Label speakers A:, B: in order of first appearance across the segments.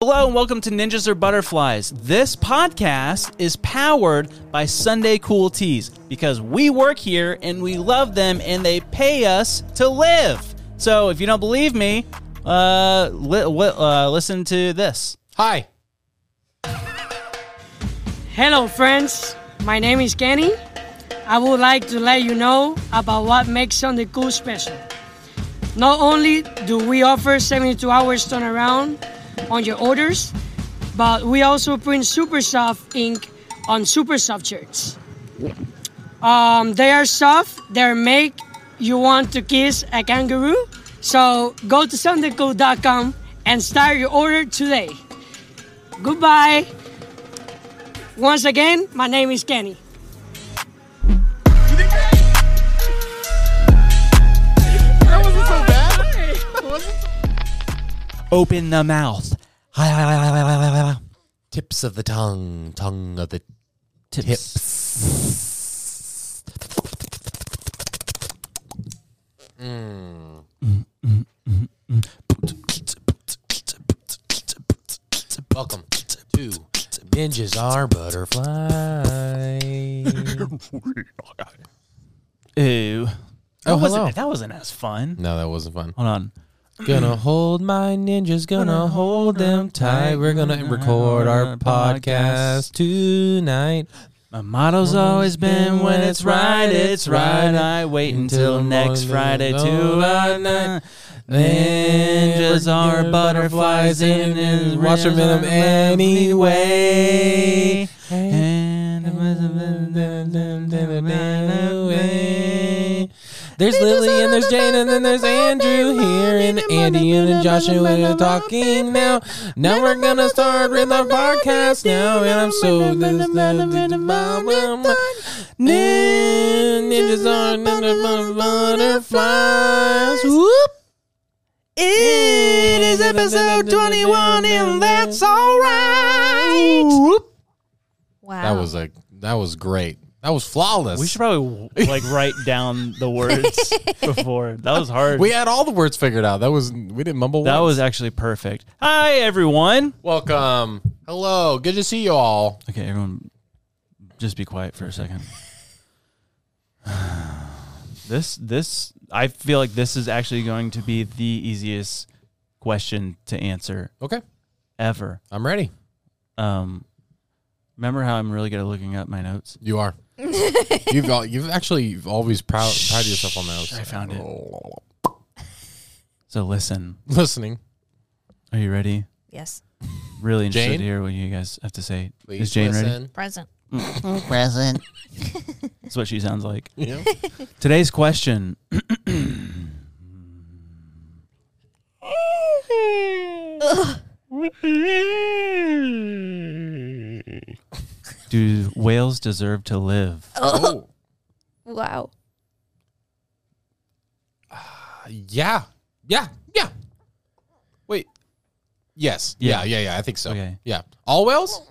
A: Hello and welcome to Ninjas or Butterflies. This podcast is powered by Sunday Cool Teas because we work here and we love them and they pay us to live. So if you don't believe me, uh, li- wi- uh listen to this.
B: Hi.
C: Hello, friends. My name is Kenny. I would like to let you know about what makes Sunday Cool special. Not only do we offer 72 hours turnaround on your orders, but we also print super soft ink on super soft shirts. Um, they are soft, they make you want to kiss a kangaroo. So go to sundaycool.com and start your order today. Goodbye. Once again, my name is Kenny.
B: That wasn't so bad.
A: Open the mouth.
B: Tips of the tongue, tongue of the
A: Tips.
B: tips. Welcome to Ninjas Are Butterflies.
A: Ooh.
B: Oh,
A: that
B: hello.
A: wasn't, that wasn't as fun.
B: no, that wasn't fun.
A: Hold on.
B: Gonna hold my ninjas, gonna hold them tight. We're gonna record our podcast tonight.
A: My motto's always been when it's right, it's right. I wait until
B: Until
A: next
B: morning,
A: Friday
B: oh,
A: to
B: I
A: I
B: know.
A: Ninjas are butterflies in his
B: Watch them in them anyway. There's Lily and there's Jane and then there's Andrew here and Andy and then Joshua are talking now. Now we're gonna start with our podcast now and I'm so Ninjas are ninja butterflies. Whoop. It is episode 21 and that's all right.
D: Wow.
B: That was a that was great. That was flawless.
A: We should probably like write down the words before. That was hard.
B: We had all the words figured out. That was we didn't mumble.
A: that
B: once.
A: was actually perfect. Hi everyone.
B: welcome. Hello, good to see you all.
A: Okay, everyone, just be quiet for a second. this, this, I feel like this is actually going to be the easiest question to answer
B: Okay,
A: ever.
B: I'm ready.
A: Um, remember how I'm really good at looking up my notes?
B: You are. you've all, you've actually you've always proud proud of yourself on those.
A: I found it. So listen,
B: Listening.
A: are you ready?
D: yes.
A: Really interested
B: Jane?
A: to hear what you guys have to say.
B: Please
A: is Jane ready?
B: listen.
D: Present.
A: Present. That's what she sounds like.
B: Yeah.
A: Today's question. Do whales deserve to live?
B: oh,
D: Wow.
B: yeah, yeah, yeah. Wait. Yes. Yeah.
A: Yeah.
B: Yeah. Yeah. I think so.
A: Okay.
B: Yeah. All whales.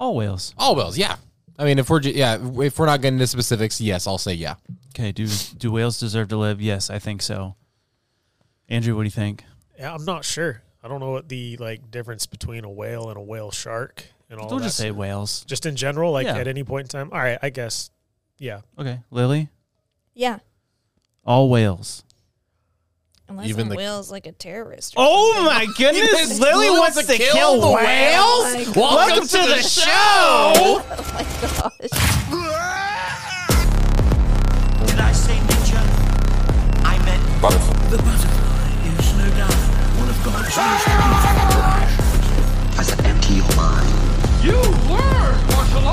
A: All whales.
B: All whales. Yeah. I mean, if we're ju- yeah, if we're not getting into specifics, yes, I'll say yeah.
A: Okay, do do whales deserve to live? Yes, I think so. Andrew, what do you think?
E: Yeah, I'm not sure. I don't know what the like difference between a whale and a whale shark and all
A: Don't
E: that.
A: just say whales.
E: just in general, like
A: Yeah.
E: at any point in time. All right, I guess. Yeah,
A: Okay, Lily.
D: Yeah.
A: All whales.
D: Unless
B: Even
D: Even
B: the-
D: the whale's like a terrorist. or
A: Oh my
B: Yes, Lily wants to kill the
D: whales?
B: Welcome to the show.
D: something. Gosh.
F: Did I say ninja? I meant butterfly. The butterfly is no doubt one of God's most beautiful As an empty your mind. You learn martial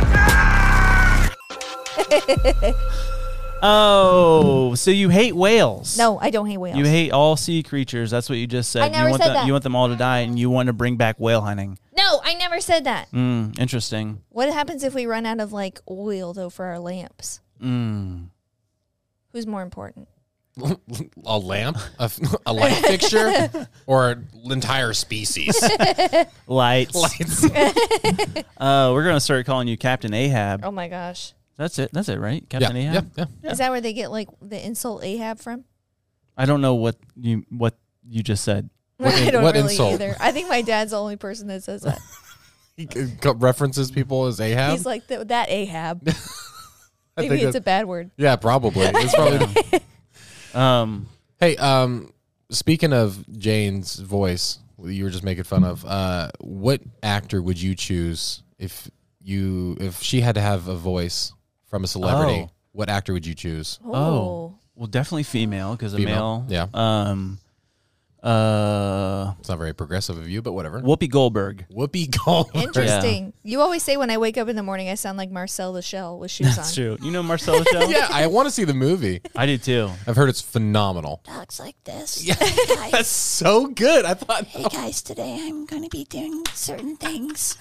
F: arts.
A: Oh, so you hate whales?
D: No, I don't hate whales.
A: You hate all sea creatures. That's what you just said.
D: I never
A: you want
D: said
A: them,
D: that.
A: You want them all to die, and you want to bring back whale hunting.
D: no, I never said that.
A: Mm, interesting.
D: What happens if we run out of like oil though for our lamps?
A: Mm.
D: Who's more important?
B: a lamp, a, f- a light fixture, or an entire species.
A: Lights.
B: Lights.
A: Uh, we're gonna start calling you Captain Ahab.
D: Oh my gosh.
A: That's it. That's it, right?
B: Yeah,
A: Captain Ahab.
B: yeah, yeah.
D: Is that where they get like the insult Ahab from?
A: I don't know what you what you just said.
B: What in-
D: I don't
B: what
D: really
B: insult?
D: either. I think my dad's the only person that says that.
B: He c- c- references people as Ahab.
D: He's like "Th- that Ahab.
B: I
D: Maybe
B: think
D: it's a
B: that-
D: bad word.
B: yeah, probably. It's probably
A: Um,
B: Hey, um, speaking of Jane's voice, you were just making fun of. Uh, what actor would you choose if you if she had to have a voice from a celebrity?
A: Oh.
B: What actor would you choose?
D: Oh,
A: oh, well, definitely female because a
B: Female,
A: male.
B: yeah.
A: Um, uh,
B: It's not very progressive of you, but whatever.
A: Whoopi Goldberg.
B: Whoopi Goldberg.
D: interesting. You always say when I wake up in the morning, I sound like Marcel the Shell with shoes on.
A: That's true. You know Marcella Shell?
B: Yeah, I want to see the movie.
A: I do too.
B: I've heard it's phenomenal.
G: talks like this.
B: That's so good. I thought.
G: Hey guys, today I'm going to be doing certain things.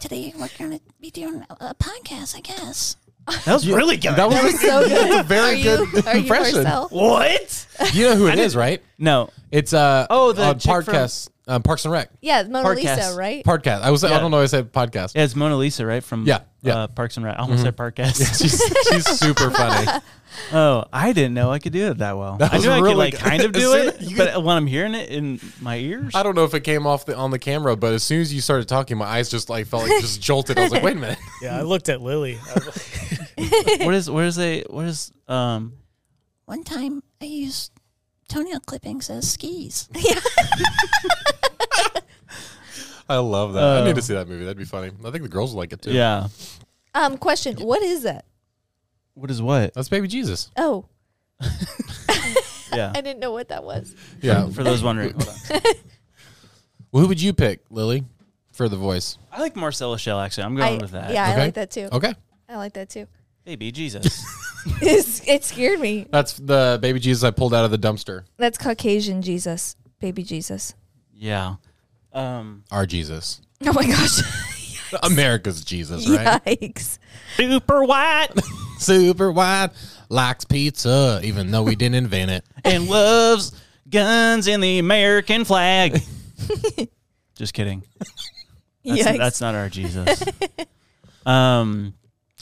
G: today we're going to be doing a, a podcast, I guess.
A: That was really good.
B: That was,
D: So good.
B: that's a very
D: are you,
B: good
D: are you
B: impression.
D: Marcel?
A: what?
B: You know who it is, right?
A: No.
B: It's uh
A: Oh, the
B: on
A: chick from-
B: podcast um, Parks and Rec
D: Yeah, Mona
A: Podcast.
D: Lisa, right?
B: podcast. I was
A: Yeah.
B: I don't know why I said podcast.
A: Yeah, it's Mona Lisa, right? From
B: Yeah, yeah.
A: Uh, Parks and Rec. I almost said Parkcast.
B: She's, she's super funny.
A: oh, I didn't know I could do it that well.
B: That
A: I
B: was
A: knew I
B: really
A: could like
B: good.
A: kind of
B: As
A: do
B: soon
A: it,
B: as you-
A: but when I'm hearing it in my ears,
B: I don't know if it came off the, on the camera, but as soon as you started talking, my eyes just like felt like just jolted. I was like, wait a minute.
E: Yeah, I looked at Lily. I was like,
A: what is what is they what is um
G: One time I used toenail clippings as skis.
B: I love that. I
A: Oh.
B: need to see that movie. That'd be funny. I think the girls would like it too.
A: yeah.
D: Um, question: What is that?
A: What is what?
B: That's Baby Jesus.
D: Oh,
A: Yeah.
D: I didn't know what that was.
B: Yeah.
A: For those wondering. Hold on.
B: Who would you pick, Lily, for the voice?
A: I like Marcella Shell actually. I'm
D: I,
A: going with that.
D: Yeah, I
B: Okay.
D: like that too.
B: Okay.
D: I like that too.
A: Baby Jesus.
D: It's, it scared me.
B: That's the Baby Jesus I pulled out of the dumpster.
D: That's Caucasian Jesus, baby Jesus.
A: yeah. Um
B: Our Jesus.
D: Oh my gosh!
B: America's Jesus, right?
D: Yikes!
A: super white
B: Super wide, likes pizza, even though we didn't invent it.
A: and loves guns and the American flag. Just kidding. That's,
D: Yikes!
A: that's not our Jesus. um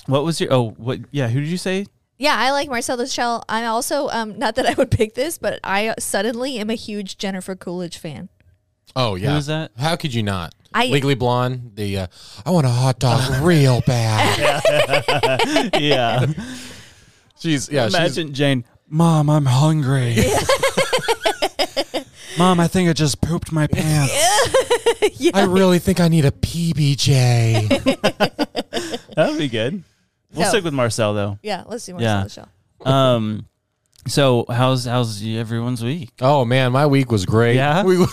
A: what was your oh what yeah, who did you say?
D: yeah, I like Marcel the Shell. I also, um, not that I would pick this, but I suddenly am a huge Jennifer Coolidge fan.
B: Oh yeah,
A: was that?
B: How could you not?
D: I-
B: Legally Blonde. The uh, I want a hot dog real bad.
A: Yeah.
B: She's yeah. She's,
A: Imagine Jane, Mom, I'm hungry. Mom, I think I just pooped my pants.
B: I really think I need a PBJ.
A: That'd be good. We'll
D: No.
A: stick with Marcel though.
D: Yeah, let's do Marcel
A: Yeah.
D: the Shell.
A: Um, so how's how's everyone's week?
B: oh man, my week was great.
A: Yeah?
B: We,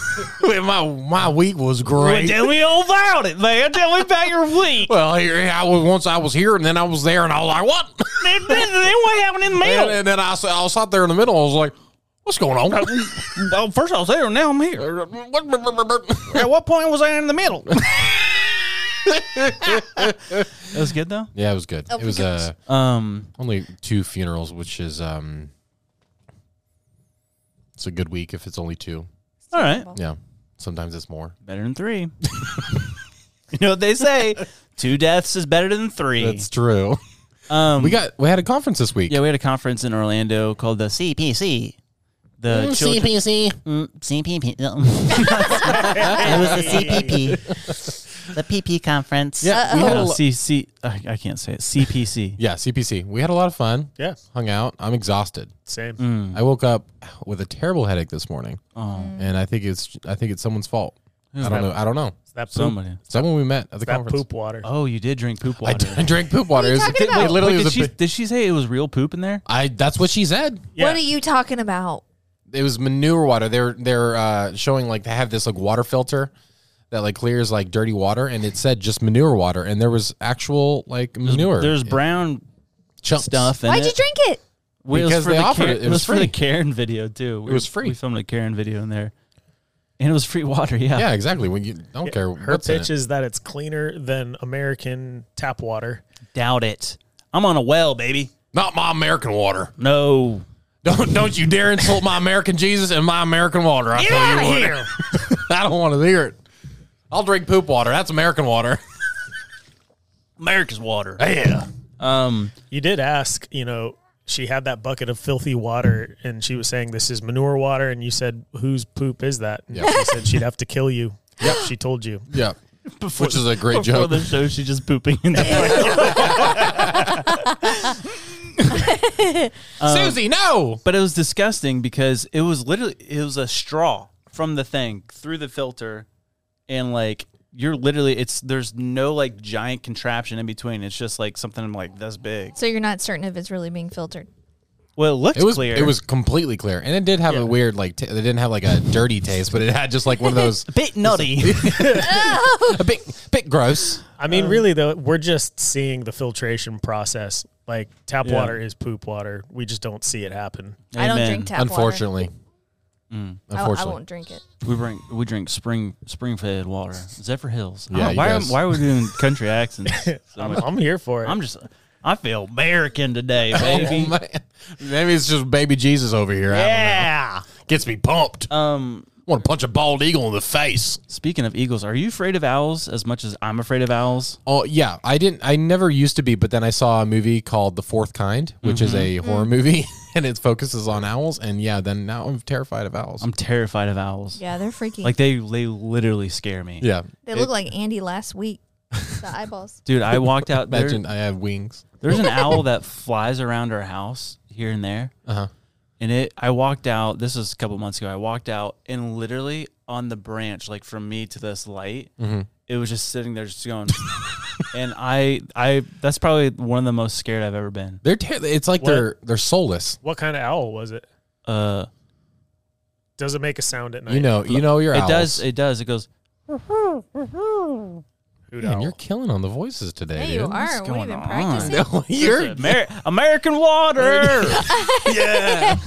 B: my my week was great.
A: Tell me all about it, man. Tell me about your week.
B: Well, here I was once I was here, and then I was there, and I was like, "What?"
A: then, then- then what happened in the
B: and,
A: middle?
B: and then I, s- I was out there in the middle. I was like, "What's going on?"
A: Well, first I was there, now I'm here. At what point was I in the middle? that was good though.
B: yeah, it was good.
D: Oh,
B: it was uh,
A: Um,
B: only two funerals, which is um, it's a good week if it's only two.
A: all right,
B: Yeah. Sometimes it's more.
A: better than three. you know what they say: two deaths is better than three.
B: true.
A: um,
B: We got we had a conference this week.
A: yeah, we had a conference in Orlando called the CPC. The children,
G: CPC.
H: Mm, CPP. No. it was the CPP, the PP conference.
B: Yeah.
A: yeah,
B: We had a, lo-
A: CC. Uh, I, I can't say it. CPC.
B: yeah, CPC. We had a lot of fun.
E: yeah,
B: Hung out. I'm exhausted.
E: same.
B: I woke up with a terrible headache this morning.
A: Mm.
D: Mm.
A: Oh,
B: And I think it's I think it's someone's fault. I
A: that?
B: don't know. I don't know.
E: It's that poop,
A: somebody.
B: Someone we met at the
E: it's that
B: conference.
E: poop water.
A: Oh, you did drink poop
B: I
A: water.
B: d- I drank poop water.
D: What are you
B: It was-
D: talking
B: it
D: about?
B: literally
A: Wait,
B: was
A: did,
B: a
A: she,
B: bi-
A: did she say it was real poop in there?
B: I that's what she said.
E: yeah.
D: What are you talking about?
B: It was manure water. They're they're uh, showing like they have this like water filter that like clears like dirty water and it said just manure water and there was actual like manure.
A: There's brown
B: chunks.
A: stuff in
D: Why'd
A: it.
D: you drink it?
A: Well, it was
B: Because
A: for
B: they
A: the
B: offered
A: Karen-
B: it. It was
A: for the
B: free.
A: Karen video too. We-
B: was free.
A: We filmed a Karen video in there, and it was free water. Yeah.
B: Yeah, exactly. When you I don't care
E: Her
B: what's in
E: pitch
B: it.
E: is that it's cleaner than American tap water.
A: Doubt it. I'm on a well, baby.
B: Not my American water.
A: No.
B: Don't don't you dare insult my American Jesus and my American water. I tell you what. I don't want to hear it. I'll drink poop water. That's American water.
A: America's water.
B: Yeah.
A: Um.
E: You did ask, you know, she had that bucket of filthy water and she was saying this is manure water and you said whose poop is that? And
B: Yep.
E: she said she'd have to kill you. Yep, she told you.
B: Yeah.
A: Before-
B: Which is a great
A: Before
B: joke.
A: the show, she's just pooping in the uh,
I: Susie, no.
A: But it was disgusting because it was literally it was a straw from the thing through the filter, and like you're literally it's there's no like giant contraption in between. It's just like something like this big.
D: So you're not certain if it's really being filtered.
A: Well, it looked
B: It was
A: clear.
B: it was completely clear, and it did have a weird like t- it didn't have like a dirty taste, but it had just like one of those
A: a bit nutty.
B: a bit bit gross.
E: I
A: Um,
E: mean, really though, we're just seeing the filtration process. Like tap
A: Yeah.
E: water is poop water. We just don't see it happen.
D: I don't
A: Amen.
D: drink tap
B: unfortunately,
A: Mm.
D: water. I- I,
B: unfortunately,
D: won't drink it.
A: We drink we drink spring spring fed water. Zephyr Hills.
B: Yeah,
A: Oh,
B: you
A: why
B: guys-
A: why are we doing country accents? So
E: I'm,
A: much?
E: I'm here for it.
A: I'm just I feel American today,
B: Oh,
A: baby.
B: man. Maybe it's just baby Jesus over here. I don't know.
A: yeah.
B: gets me pumped.
A: Um.
B: want to punch a bald eagle in the face.
A: Speaking of eagles, are you afraid of owls as much as I'm afraid of owls?
B: Oh yeah, I didn't. I never used to be, but then I saw a movie called The Fourth Kind, which is a
A: Mm-hmm.
D: Mm.
B: horror movie, and it focuses on owls. And yeah, then now I'm terrified of owls.
A: I'm terrified of owls.
D: Yeah, they're freaking.
A: Like they they literally scare me.
B: yeah,
D: they look like Andy last week. the eyeballs.
A: Dude, I walked out there,
B: imagine I have wings.
A: there's an owl that flies around our house here and there.
B: Uh-huh.
A: And it I walked out, this was a couple months ago. I walked out and literally on the branch like from me to this light, it was just sitting there just going and I I that's probably one of the most scared I've ever been.
B: They're ter- it's like
E: What?
B: they're they're soulless.
E: what kind of owl was it?
A: Uh
E: Does it make a sound at night?
B: You know, you know your
A: it
B: owls.
A: does it does. It goes
E: Hoot
B: Man,
E: owl.
B: you're killing on the voices today.
D: Hey,
B: dude.
D: you are. What have you
A: going
D: been
A: on?
D: practicing?
B: No, you're
A: Amer- American water.
B: yeah.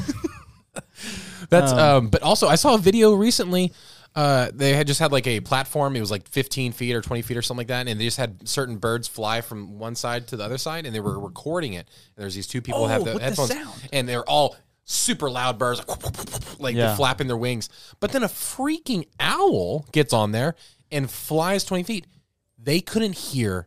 B: That's um, but also I saw a video recently. Uh, they had just had like a platform. It was like 15 feet or 20 feet or something like that, and they just had certain birds fly from one side to the other side, and they were recording it. And there's these two people who have Oh, the headphones, and they're all super loud birds, like, like
A: Yeah.
B: they're flapping their wings. But then a freaking owl gets on there and flies 20 feet. They couldn't hear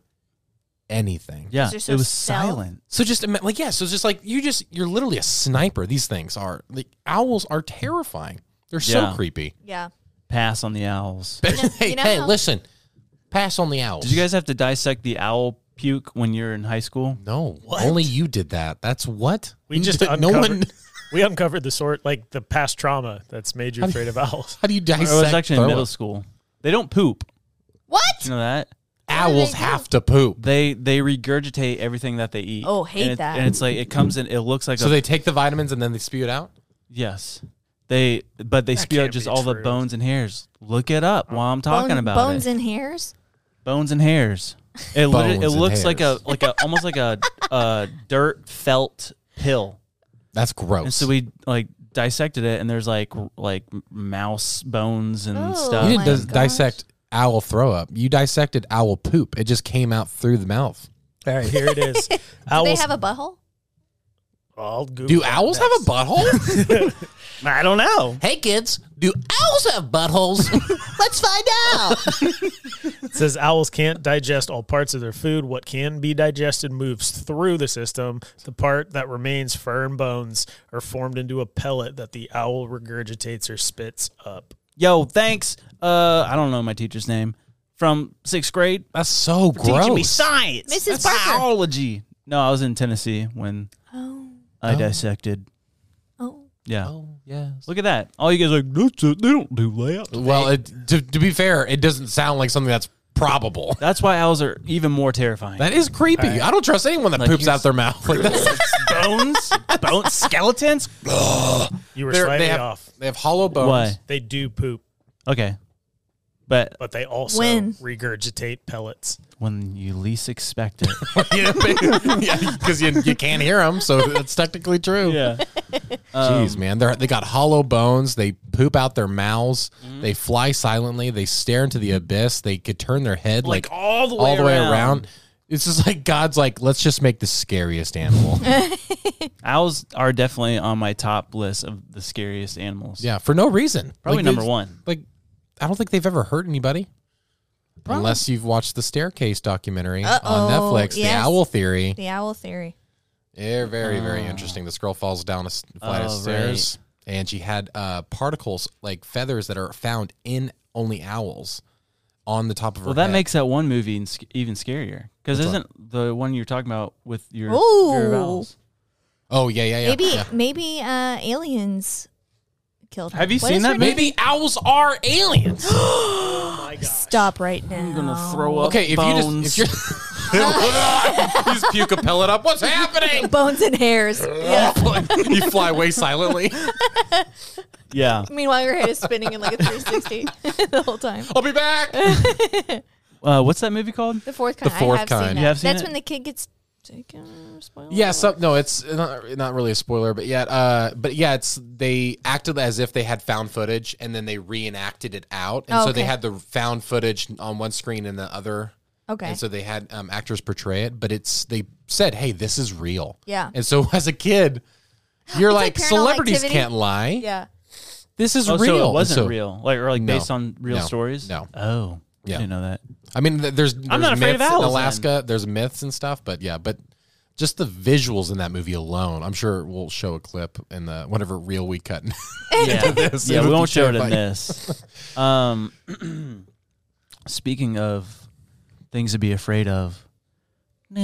B: anything.
A: yeah,
D: Is there so
A: it was
D: stealth?
A: silent.
B: So just ima- like yeah, so it's just like you just you're literally a sniper. These things are like owls are terrifying. They're
A: Yeah.
B: so creepy.
D: Yeah.
A: Pass on the owls.
B: hey,
D: you know
B: hey,
D: how-
B: listen. Pass on the owls.
A: Did you guys have to dissect the owl puke when you're in high school?
B: No, only you did that. That's what
E: We just
B: no one.
E: uncovered- we uncovered the sort like the past trauma that's made you afraid of owls.
B: How do you
A: I
B: dissect?
A: was actually in
B: throw
A: middle
B: it?
A: school. They don't poop.
D: What?
A: You know that?
B: Owls have to poop,
A: They they regurgitate everything that they eat.
D: Oh, hate
A: and it-
D: that.
A: And it's like it comes in. It looks like
B: so
A: a
B: they take the vitamins and then they spew it out.
A: yes. They but they spew out
E: can't
A: just
E: be
A: all the
E: true.
A: bones and hairs. Look it up while I'm talking
D: Bone-
A: about
D: bones
A: it.
D: and hairs.
A: bones and hairs. It literally, it
B: Bones and
A: looks like a
B: hairs.
A: like a almost like a uh, dirt felt pill.
B: That's gross.
A: And so we like dissected it, and there's like r- like m- mouse bones and
D: Oh.
A: stuff.
B: you
D: my
B: didn't dis-
D: gosh.
B: dissect owl throw up. You dissected owl poop. It just came out through the mouth.
E: All right, here it is.
D: Do
E: owls.
D: they have a butthole?
E: I'll Google
B: Do
E: it
B: owls have a
E: next.
B: butthole?
A: I don't know.
J: Hey kids, do owls have buttholes? Let's find out.
E: It says owls can't digest all parts of their food. What can be digested moves through the system. The part that remains, fur and bones, are formed into a pellet that the owl regurgitates or spits up.
A: Yo, thanks. Uh, I don't know my teacher's name from sixth grade.
B: That's so gross.
A: Teaching me science,
D: Mrs.
A: That's
D: Parker.
A: biology. No, I was in Tennessee when
D: Oh.
A: I dissected.
D: Oh.
A: Yeah,
B: yeah.
A: look at that. All you guys are like "That's it, they don't do that.
B: Well, it, to, to be fair, it doesn't sound like something that's probable.
A: That's why owls are even more terrifying.
B: That is creepy. I don't trust anyone that
A: Like,
B: poops
A: here's-
B: out their mouth. Like that's,
A: bones, bones, skeletons.
E: You were
B: they're-
E: slightly
B: they have
E: off.
B: they have hollow bones.
A: Why?
E: They do poop,
A: Okay, but
E: but they also
D: When?
E: regurgitate pellets.
A: when you least expect it.
B: yeah, because you, you can't hear them, so that's technically true.
A: yeah. Um,
B: Jeez, man, they they got hollow bones. They poop out their mouths.
A: Mm-hmm.
B: They fly silently. They stare into the abyss. They could turn their head like,
A: Like all the way
B: all the way
A: around.
B: around. It's just like God's like, let's just make the scariest animal.
A: Owls are definitely on my top list of the scariest animals.
B: yeah, for no reason.
A: Probably
B: Like,
A: number
B: they-
A: one.
B: like I don't think they've ever hurt anybody. Unless you've watched the Staircase documentary
D: Uh-oh,
B: on Netflix,
D: yes.
B: The Owl Theory.
D: The owl theory.
B: They're very, very interesting. This girl falls down a s- flight of
A: Oh,
B: stairs, and she had uh, particles like feathers that are found in only owls on the top of her.
A: Well, that
B: head.
A: makes that one movie in- even scarier because isn't the one you're talking about with your, your
D: Ooh.
A: vowels?
B: oh yeah, yeah, yeah.
D: Maybe
B: yeah.
D: maybe uh, aliens killed her.
A: Have you
D: What
A: seen
D: is
A: that
D: her
A: movie?
D: name?
B: Maybe owls are aliens.
D: Stop right now.
A: I'm gonna throw up.
B: okay, if you
A: bones.
B: just if you're he's puke a pellet up. What's happening?
D: bones and hairs. yeah.
B: you fly away silently.
A: yeah.
D: Meanwhile, your head is spinning in like a 360 the whole time.
A: Oh,
B: I'll be back.
A: Uh, what's that movie called?
D: The fourth kind.
B: fourth
D: I have Seen
B: kind.
D: that.
A: You have seen
D: That's
A: it?
D: when the kid gets taken. Spoiler
B: Yeah,
D: alert.
B: so, no, it's not, not really a spoiler, but yeah, uh, but yeah, it's they acted as if they had found footage and then they reenacted it out, and
D: Oh,
B: so they
D: okay.
B: had the found footage on one screen and the other,
D: Okay.
B: and so they had um, actors portray it, but it's they said, hey, this is real,
D: Yeah.
B: and so as a kid, you're
D: It's
B: like,
D: like Paranormal
B: celebrities
D: Activity."
B: can't lie,
D: yeah.
B: this is
A: Oh,
B: real,
A: so it
B: And
A: wasn't
B: so-
A: real, like or like
B: No.
A: based on real
B: No.
A: stories.
B: No.
A: Oh,
B: Yeah.
A: I didn't know that.
B: I mean, th- there's, there's
A: not afraid of
B: myths
A: owls,
B: in Alaska. There's myths and stuff, but yeah, but just the visuals in that movie alone. I'm sure we'll show a clip in the whatever reel we cut.
A: Yeah,
B: this.
A: yeah,
B: It
A: we
B: would
A: won't
B: be
A: show it in
B: terrifying.
A: this. Um, speaking of things to be afraid of, Uh,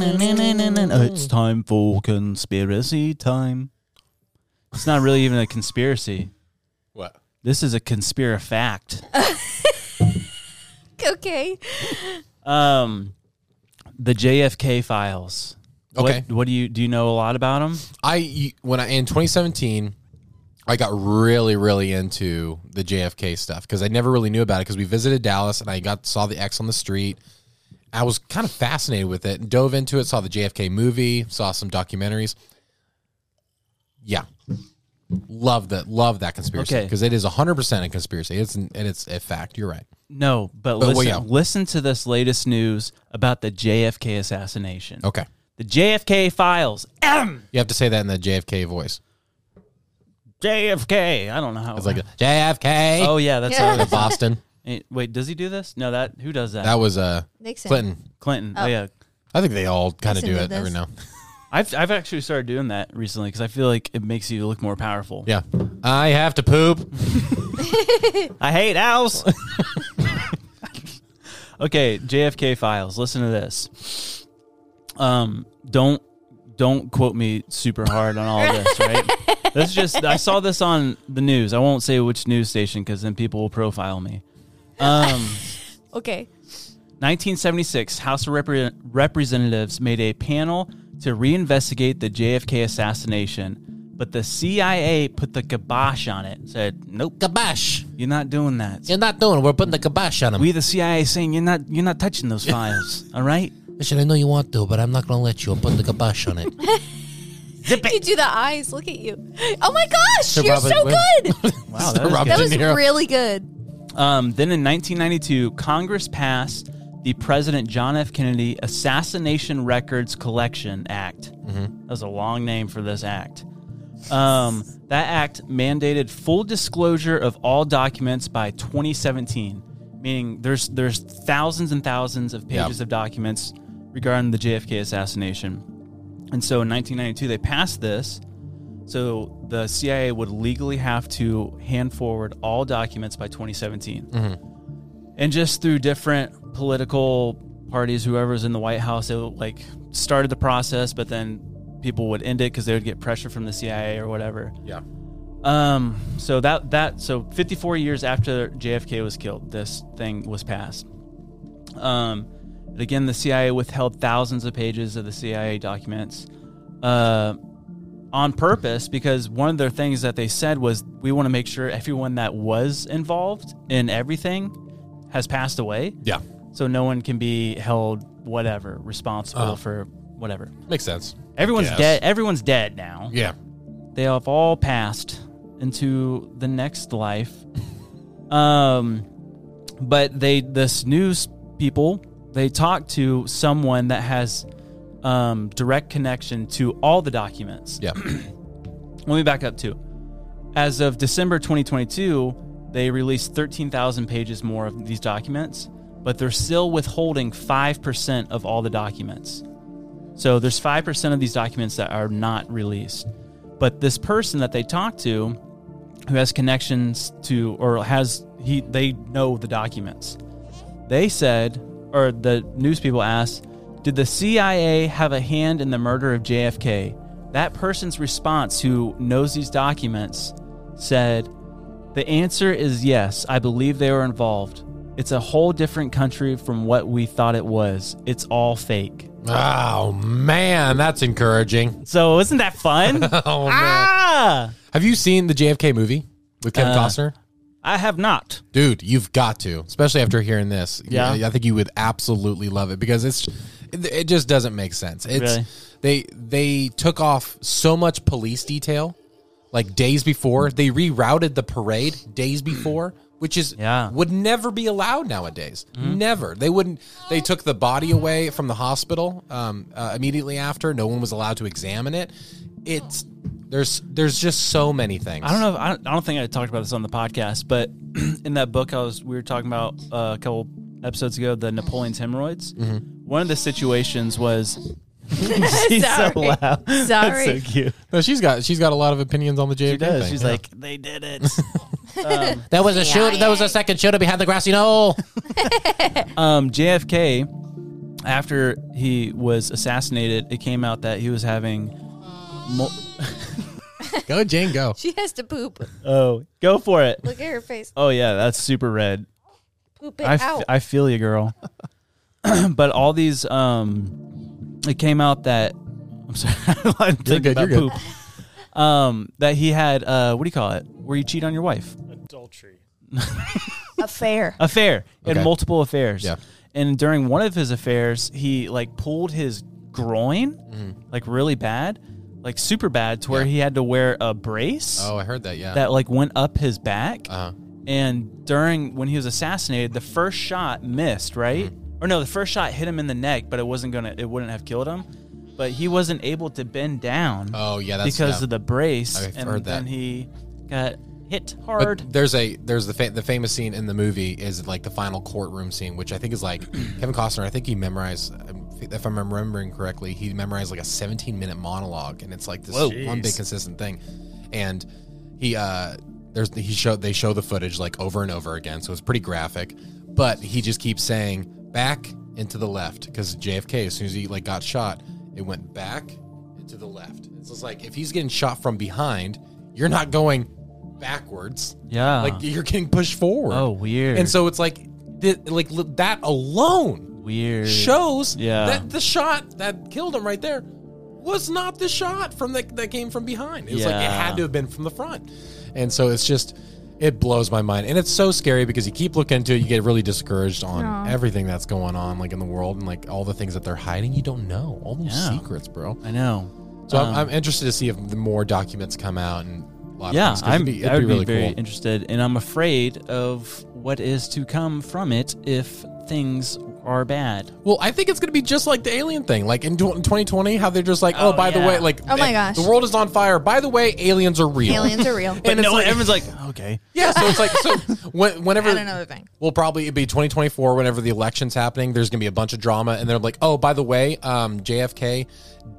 A: it's time for conspiracy time. It's not really even a conspiracy.
B: What?
A: This is a conspira fact.
D: Okay.
A: Um, the JFK files.
B: Okay.
A: What, what do you do? You know a lot about them?
B: I when I in 2017, I got really really into the JFK stuff because I never really knew about it because we visited Dallas and I got saw the X on the street. I was kind of fascinated with it and dove into it. Saw the JFK movie, saw some documentaries. Yeah, love that. Love that conspiracy
A: Okay.
B: because it is 100 percent a conspiracy. It's an, and it's a fact. You're right.
A: No, but,
B: But, well,
A: listen,
B: yeah.
A: listen to this latest news about the JFK assassination.
B: Okay,
A: The JFK files.
B: you have to say that in the JFK voice.
A: JFK. I don't know how.
B: It's like JFK.
A: oh yeah, that's how
B: The Boston.
A: it- Wait, does he do this? No, that who does that?
B: That was uh
D: Nixon.
B: Clinton.
A: Clinton. Oh, yeah,
B: I think they all kind of
D: Nixon
B: do
D: did
B: it every
D: this.
B: now.
A: I've I've actually started doing that recently because I feel like it makes you look more powerful.
B: Yeah. I have to poop.
A: I hate owls. okay, JFK files. Listen to this. Um, don't don't quote me super hard on all this, right? this is just I saw this on the news. I won't say which news station because then people will profile me. Um.
D: Okay.
A: 1976, House of Repre- Representatives made a panel to reinvestigate the JFK assassination, but the CIA put the kibosh on it. Said, "Nope,
B: Kibosh.
A: you're not doing that.
B: You're not doing it. We're putting the kibosh on him.
A: We, the CIA, saying you're not you're not touching those files. All right,
B: Listen, I know you want to, but I'm not going to let you. I'm putting the kibosh on it.
D: You do the eyes. Look at you. Oh my gosh,
B: Sir
D: you're
B: Robert
D: so
B: Win-
D: good.
A: wow,
B: Sir Robert
D: that was
B: De Niro.
D: really good.
A: Um, then in 1992, Congress passed the President John F. Kennedy Assassination Records Collection Act. That was a long name for this act. Um, that act mandated full disclosure of all documents by 2017, meaning there's there's thousands and thousands of pages of documents regarding the JFK assassination. And so in 1992, they passed this. So the CIA would legally have to hand forward all documents by 2017. And just through different political parties, whoever's in the White House, it like started the process, but then people would end it because they would get pressure from the CIA or whatever.
B: yeah.
A: Um, so that that so 54 years after JFK was killed, this thing was passed. Um, but again, the CIA withheld thousands of pages of the CIA documents uh, on purpose because one of their things that they said was we want to make sure everyone that was involved in everything has passed away,
B: Yeah.
A: so no one can be held whatever responsible for whatever.
B: Makes sense.
A: Everyone's
B: Yes.
A: dead. Everyone's dead now
B: Yeah.
A: they have all passed into the next life. Um, but they this news people they talked to someone that has um, direct connection to all the documents.
B: Yeah.
A: Let me back up too. As of December 2022, they released 13,000 pages more of these documents, but they're still withholding 5% of all the documents. So there's 5% of these documents that are not released. But this person that they talked to who has connections to or has he they know the documents. They said or the news people asked, did the CIA have a hand in the murder of JFK? That person's response who knows these documents said, the answer is yes. I believe they were involved. It's a whole different country from what we thought it was. It's all fake.
B: Oh man, that's encouraging.
A: So isn't that fun?
B: Oh man,
A: ah,
B: have you seen the JFK movie with Kevin
A: Uh,
B: Costner?
A: I have not.
B: Dude, you've got to, especially after hearing this.
A: Yeah.
B: I think you would absolutely love it because it's it it just doesn't make sense. It's
A: Really?
B: they they took off so much police detail like days before. They rerouted the parade days before, which is
A: Yeah.
B: would never be allowed nowadays. Never. They wouldn't they took the body away from the hospital um, uh, immediately after. No one was allowed to examine it. It's there's there's just so many things.
A: I don't know. If, I, don't, I don't think I talked about this on the podcast, but in that book I was we were talking about uh, a couple episodes ago, the Napoleon's hemorrhoids. One of the situations was. She's so
D: Sorry.
A: loud. That's so
D: Sorry.
A: cute.
B: No, she's got she's got a lot of opinions on the JFK.
A: She does.
B: thing.
A: She's
B: Yeah.
A: like, they did it.
B: That was a shoot. That was a second shooter behind the grassy knoll.
A: um, JFK, after he was assassinated, it came out that he was having. Mo-
B: go Jane, go.
D: She has to poop.
A: oh, go for it.
D: Look at her face.
A: Oh yeah, that's super red.
D: Poop it
A: I f-
D: out.
A: I feel you, girl. but all these, um, it came out that I'm sorry, I'm thinking
B: good,
A: about
B: you're good.
A: poop. Um, that he had, uh, what do you call it? Where you cheat on your wife?
E: Adultery.
D: Affair.
A: Affair. He
B: Okay.
A: had multiple affairs.
B: Yeah.
A: And during one of his affairs, he like pulled his groin, like really bad, like super bad, to where
B: Mm-hmm. Yeah.
A: he had to wear a brace
B: Oh, I heard that. Yeah.
A: that like went up his back.
B: uh-huh.
A: and during when he was assassinated, the first shot missed, right?
B: Mm-hmm.
A: Or no, the first shot hit him in the neck, but it wasn't gonna, it wouldn't have killed him. But he wasn't able to bend down
B: Oh, yeah. That's
A: because
B: yeah.
A: of the brace,
B: I've
A: and
B: heard that.
A: then he got hit
B: But
A: hard.
B: there's a there's the fa- the famous scene in the movie is like the final courtroom scene, which I think is like Kevin Costner. I think he memorized, um, if I'm remembering correctly, he memorized like a 17 minute monologue, and it's like this one
E: Jeez.
B: big consistent thing. And he uh, there's he showed they show the footage like over and over again, so it's pretty graphic. But he just keeps saying back and to the left because JFK, as soon as he like got shot, it went back and to the left. It's just like if he's getting shot from behind, you're not going backwards
A: yeah.
B: like you're getting pushed forward.
A: oh, weird.
B: and so it's like, th- like li- that alone
A: weird.
B: shows
A: Yeah.
B: that the shot that killed him right there was not the shot from the, that came from behind. It was like it
A: Yeah.
B: had to have been from the front. And so it's just, it blows my mind, and it's so scary because you keep looking into it, you get really discouraged on everything that's going on, like in the world, and like all the things that they're hiding. You don't know all those
A: Yeah.
B: secrets, bro.
A: I know.
B: So
A: Um,
B: I'm, I'm interested to see if the more documents come out and. A lot
A: yeah,
B: of things, 'cause it'd
A: I'm,
B: be- it'd
A: I would
B: be
A: be,
B: really
A: very
B: cool.
A: interested, and I'm afraid of what is to come from it if things are bad.
B: Well, I think it's going to be just like the alien thing, like in tw- 2020, how they're just like, oh,
A: Oh,
B: by the
A: yeah.
B: way, like,
D: Oh my
B: eh,
D: gosh.
B: the world is on fire. By the way, aliens are real.
D: Aliens are real.
A: But
B: it's
A: no,
B: like-
A: everyone's like, okay,
B: yeah. So it's like, so when, whenever
D: Add another thing.
B: we'll probably it'd be 2024, whenever the election's happening, there's going to be a bunch of drama, and they're like, oh, by the way, um, JFK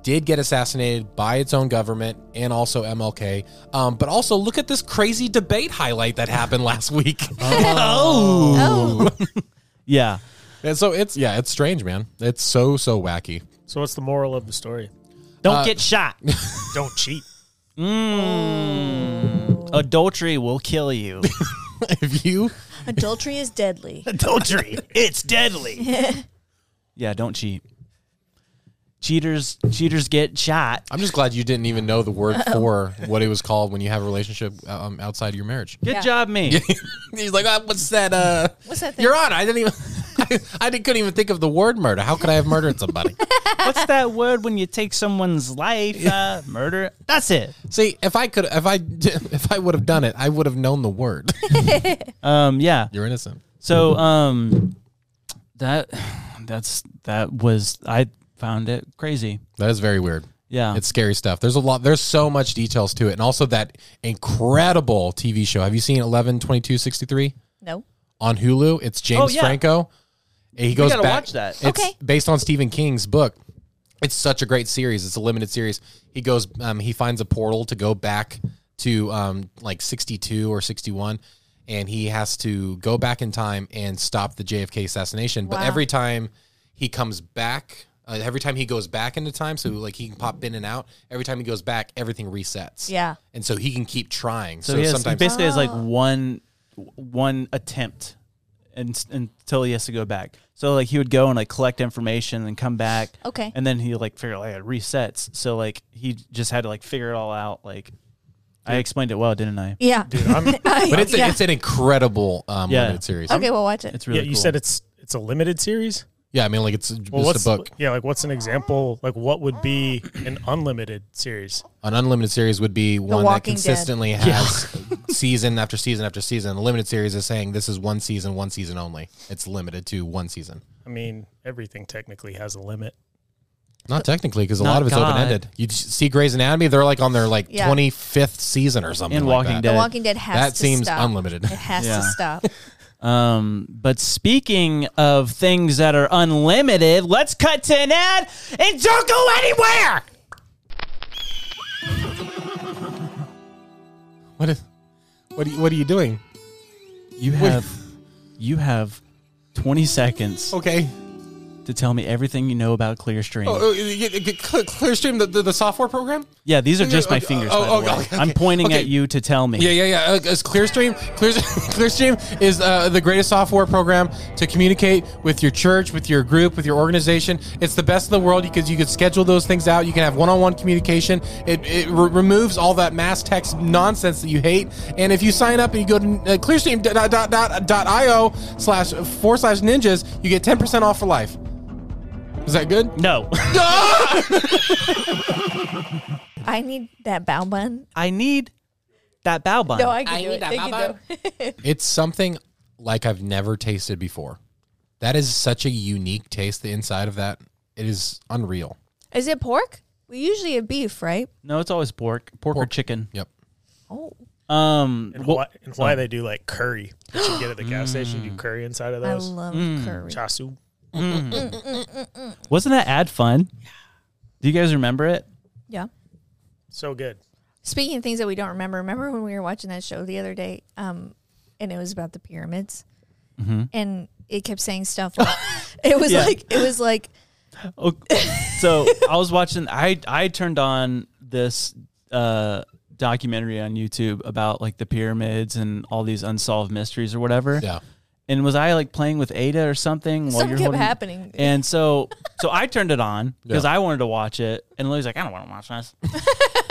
B: did get assassinated by its own government and also MLK. Um, but also look at this crazy debate highlight that happened last week.
D: Oh.
A: yeah.
B: and so it's yeah, it's strange, man. It's so so wacky.
E: So what's the moral of the story?
A: Don't
B: Uh,
A: get shot.
E: Don't cheat.
A: Adultery will kill you.
B: if you
D: Adultery is deadly.
A: Adultery, it's deadly. yeah, don't cheat. Cheaters, cheaters get shot.
B: I'm just glad you didn't even know the word for what it was called when you have a relationship um, outside of your marriage.
A: Good
D: Yeah.
A: job, me.
B: He's like, "Ah, what's that? Uh,
D: What's that thing?
B: Your Honor, I didn't even, I, I didn't- couldn't even think of the word murder. How could I have murdered somebody?
A: What's that word when you take someone's life? Uh, murder. That's it.
B: See, if I could, if I, if I would have done it, I would have known the word.
A: Um, yeah.
B: You're innocent.
A: So, um, that, that's that was I found it crazy.
B: That is very weird.
A: Yeah.
B: It's scary stuff. There's a lot. There's so much details to it, and also that incredible TV show. Have you seen 11, 22, 63
D: No.
B: on Hulu? It's James
A: Oh, yeah.
B: Franco. And he goes
A: gotta
B: back.
A: watch that.
B: It's
D: Okay.
B: based on Stephen King's book. It's such a great series. It's a limited series. He goes. Um, he finds a portal to go back to um, like sixty two or sixty one, and he has to go back in time and stop the JFK assassination. But
D: Wow.
B: every time he comes back. Uh, every time he goes back into time, so like he can pop in and out. Every time he goes back, everything resets.
D: Yeah.
B: and so he can keep trying.
A: So,
B: So,
A: he, has, he
B: sometimes
A: basically has like one one attempt and, until he has to go back. So like he would go and like collect information and come back.
D: Okay.
A: And then he like figure like it resets. So like he just had to like figure it all out. Like I explained it well, didn't I?
D: Yeah.
B: But it's, a,
D: yeah.
B: it's an incredible um,
A: Yeah.
B: limited series.
D: okay, we'll watch it.
A: It's really
E: yeah, you
A: cool.
E: said it's it's a limited series.
B: Yeah, I mean, like it's
E: Well,
B: just a
E: what's
B: book.
E: yeah, like what's an example? Like what would be an unlimited series?
B: An unlimited series would be one that
D: Walking Dead.
B: consistently has season after season after season. A limited series is saying this is one season, one season only. It's limited to one season.
E: I mean, everything technically has a limit.
B: Not technically, because a
A: Not
B: lot of it's
A: God.
B: open ended. You just see Grey's Anatomy; they're like on their like
D: Yeah.
B: twenty fifth season or something.
A: And
B: like
A: Walking
B: that.
A: Dead.
D: The Walking Dead has
B: That
D: to
B: seems
D: stop.
B: unlimited.
D: It has
A: Yeah.
D: to stop.
A: Um, but speaking of things that are unlimited, let's cut to an ad and don't go anywhere.
B: What is? What are you, what are you doing?
A: You have you have 20 seconds
B: Okay.
A: to tell me everything you know about Clearstream.
B: Oh, oh, y- y- y- Clear- Clearstream, the, the the software program.
A: yeah, these are just my
B: oh,
A: fingers.
B: oh,
A: by the
B: oh,
A: way.
B: okay,
A: I'm
B: okay.
A: pointing
B: Okay.
A: at you to tell me.
B: Yeah, yeah, yeah. Uh, is Clearstream, Clear, Clearstream is uh, the greatest software program to communicate with your church, with your group, with your organization. It's the best in the world because you could schedule those things out. You can have one-on-one communication. It, it re- removes all that mass text nonsense that you hate. And if you sign up and you go to uh, Clearstream dot, dot, dot, dot io slash four slash ninjas, you get ten percent off for life. Is that good?
A: No.
D: I need that bow bun.
A: I need that bow bun.
D: No, I can do it. They can do it.
B: It's something like I've never tasted before. That is such a unique taste. The inside of that, it is unreal.
D: Is it pork? We usually have beef, right?
A: No, it's always pork, pork, or chicken.
B: Yep.
D: Oh,
A: Um, Mm.
E: And why, and why they do like curry that you get at the gas station? Do curry inside of
D: I
E: those?
D: love curry.
E: Chasu.
A: wasn't that ad fun? Do you guys remember it?
D: Yeah.
E: So good.
D: Speaking of things that we don't remember, remember when we were watching that show the other day, um, and it was about the pyramids, and it kept saying stuff. Like, it was
A: Mm-hmm. Yeah.
D: like it was like
A: Okay. so I was watching. I I turned on this uh, documentary on YouTube about like the pyramids and all these unsolved mysteries or whatever.
B: Yeah.
A: And was I like playing with Ada or something? While
D: Something
A: you're
D: kept
A: holding-
D: happening.
A: And so so I turned it on because
B: Yeah.
A: I wanted to watch it. And Lily's like, I don't want to watch this.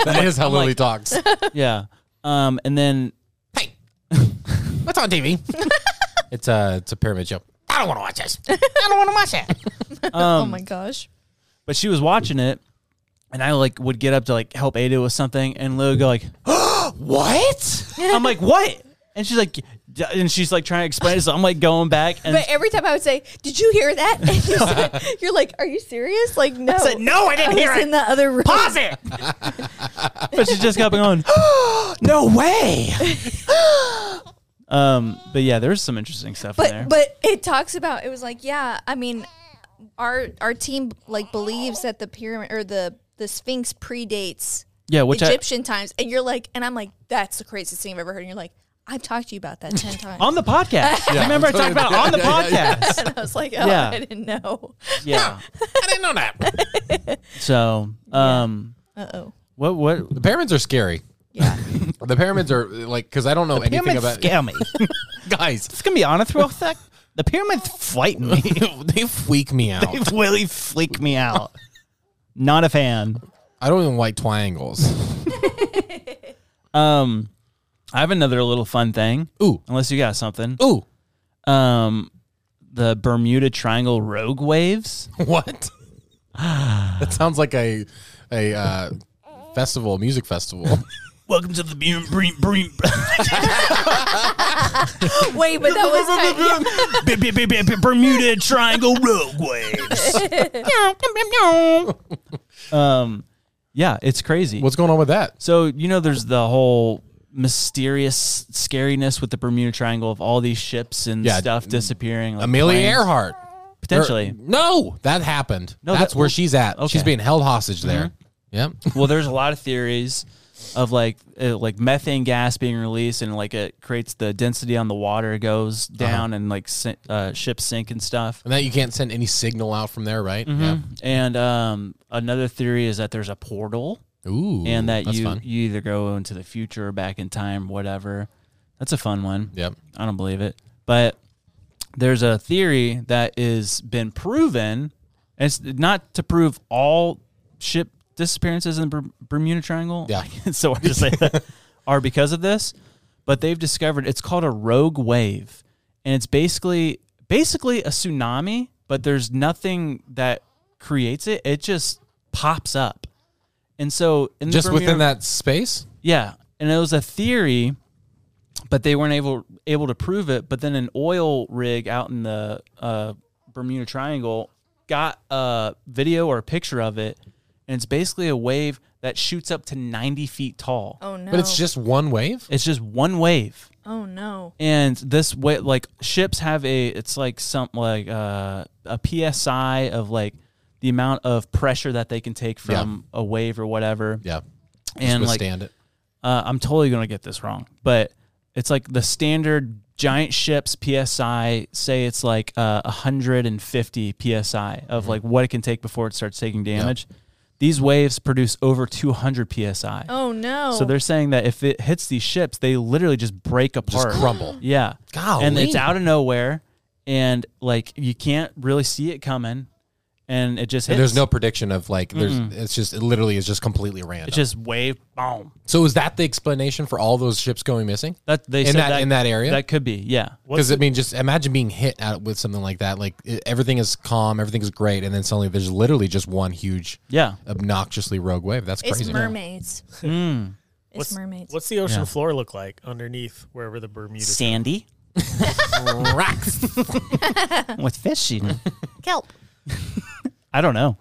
B: That is how Lily talks.
A: yeah. Um. And then
B: hey, what's on TV? it's a it's a pyramid show. I don't want to watch this.
A: Um,
D: oh my gosh,
A: but she was watching it and I like would get up to like help Ada with something and Lily would go like
B: What?
A: I'm like what and she's like "D-" and she's like trying to explain it so I'm like going back and
D: but every time I would say, "Did you hear that?" And you said, you're like, "Are you serious?" Like no, I
A: said, "No, I didn't
D: was
A: hear it."
D: in the other room.
A: pause it but she just kept going
B: No way.
A: um but yeah there's some interesting stuff in there
D: But but it talks about it was like yeah, I mean, our our team like believes that the pyramid or the the Sphinx predates
A: yeah which I,
D: Egyptian times, and you're like, and I'm like, that's the craziest thing I've ever heard. And you're like, I've talked to you about that ten times.
A: on the podcast I remember I talked about it on the podcast
D: and I was like, oh,
A: Yeah.
D: I didn't know.
A: yeah
B: I didn't know that.
A: so um
D: Uh oh.
A: what what
B: The pyramids are scary.
D: Yeah.
B: The pyramids are like because I don't know anything
A: pyramids
B: about
A: scare me
B: guys.
A: just gonna be honest real quick the pyramids frighten me
B: they freak me out.
A: they really freak me out not a fan
B: I don't even like triangles.
A: Um, I have another little fun thing.
B: Ooh.
A: Unless you got something.
B: Ooh,
A: Um, the Bermuda Triangle rogue waves.
B: what? that sounds like a a uh, festival, music festival.
A: Welcome to the Bum Bream Bream
D: Wait, but that was kind of-
A: Bermuda Triangle rogue waves. um, yeah, it's crazy.
B: What's going on with that?
A: so you know, there's the whole mysterious scariness with the Bermuda Triangle of all these ships and
B: Yeah, mm,
A: stuff disappearing. like
B: Amelia
A: planes.
B: Earhart.
A: Potentially.
B: Or- no, that happened.
A: No,
B: That's
A: that-
B: where she's at. She's
A: okay. Mm-hmm.
B: being held hostage there. Yep.
A: well, there's a lot of theories of like uh, like methane gas being released and like it creates the density on the water goes
B: Uh-huh.
A: down and like si- uh, ships sink and stuff.
B: And that you can't send any signal out from there, right?
A: Mm-hmm. And um, another theory is that there's a portal
B: Yeah. Ooh.
A: and that
B: that's
A: you
B: fun.
A: you either go into the future or back in time, whatever. That's a fun one.
B: Yep.
A: I don't believe it, but there's a theory that is been proven. And it's not to prove all ship disappearances in the Ber- Bermuda Triangle.
B: Yeah.
A: so hard to say that are because of this, but they've discovered it's called a rogue wave, and it's basically basically a tsunami, but there's nothing that creates it. It just pops up. And so in the
B: Just
A: Bermuda-
B: within that space?
A: yeah, and it was a theory, but they weren't able able to prove it. But then an oil rig out in the uh, Bermuda Triangle got a video or a picture of it, and it's basically a wave that shoots up to ninety feet tall.
D: Oh no.
B: But it's just one wave?
A: It's just one wave,
D: Oh no.
A: and this way, like ships have a, it's like some like uh, a psi of like the amount of pressure that they can take from a wave or whatever,
B: Yeah. Just
A: and like
B: withstand it.
A: uh, I'm totally going to get this wrong, but it's like the standard giant ships psi. Say it's like uh, 150 psi
B: Mm-hmm.
A: of like what it can take before it starts taking damage. These waves produce over 200 psi.
D: Oh no.
A: So they're saying that if it hits these ships, they literally just break
B: Just
A: apart.
B: crumble.
A: Yeah.
B: Golly.
A: And it's out of nowhere, and like you can't really see it coming, and it just hits.
B: And there's no prediction of like there's it's just it literally is just completely random.
A: It's just wave boom.
B: so is that the explanation for all those ships going missing?
A: That they
B: In
A: said
B: that- in that area?
A: That could be. Yeah.
B: Because I mean, just imagine being hit out with something like that. Like i everything is calm, everything is great, and then suddenly there's literally just one huge,
A: Yeah.
B: obnoxiously rogue wave. That's
D: it's
B: crazy.
D: mermaids.
A: Hmm.
D: It's
E: What's,
D: mermaids.
E: what's the ocean
A: Yeah.
E: floor look like underneath wherever the Bermuda?
J: Sandy.
B: Rocks.
A: With fishing.
D: kelp.
A: I don't know.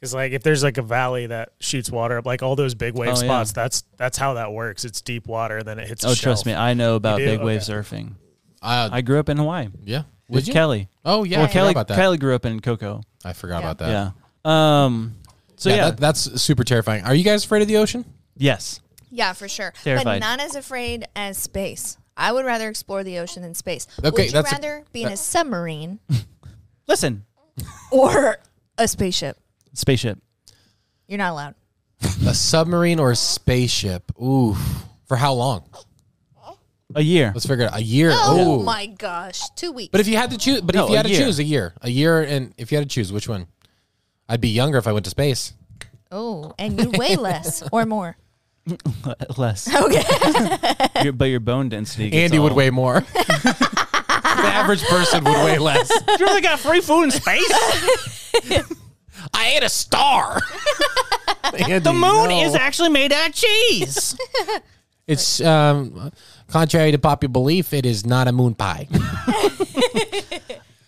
E: Because like if there's like a valley that shoots water up, like all those big wave
A: Oh, yeah.
E: spots, that's that's how that works. It's deep water, and then it hits. a
A: Oh, trust
E: shelf.
A: me, I know about
E: You do?
A: big wave
E: Okay.
A: surfing.
B: Uh,
A: I grew up in Hawaii
B: yeah.
A: with
B: Did you?
A: Kelly.
B: Oh yeah. I
A: Well,
B: forgot
A: Kelly,
B: about that.
A: Kelly grew up in Coco.
B: I forgot
D: Yeah.
B: about that.
A: Yeah. Um. So yeah.
B: yeah, that- that's super terrifying. Are you guys afraid of the ocean?
A: yes.
D: Yeah, for sure.
A: Terrified.
D: But not as afraid as space. I would rather explore the ocean than space.
B: Okay,
D: would you
B: that's a-
D: rather be in
B: that-
D: a submarine
A: Listen,
D: or a spaceship?
A: spaceship.
D: You're not allowed.
B: A submarine or a spaceship? Ooh. For how long?
A: A year.
B: Let's figure it out. A year.
D: Oh
B: Ooh.
D: my gosh, two weeks.
B: But if you had to choose, but
A: No,
B: if you
A: a
B: had to
A: year.
B: choose a year, a year, and if you had to choose, which one? I'd be younger if I went to space.
D: oh, and you weigh less or more.
A: Uh, Less.
D: Okay.
A: Your- but your bone density. Gets
B: Andy would
A: all-
B: weigh more. the average person would weigh less.
A: You really got free food in space.
B: I ate a star.
A: the moon is actually made out of cheese.
B: It's um, contrary to popular belief. It is not a moon pie.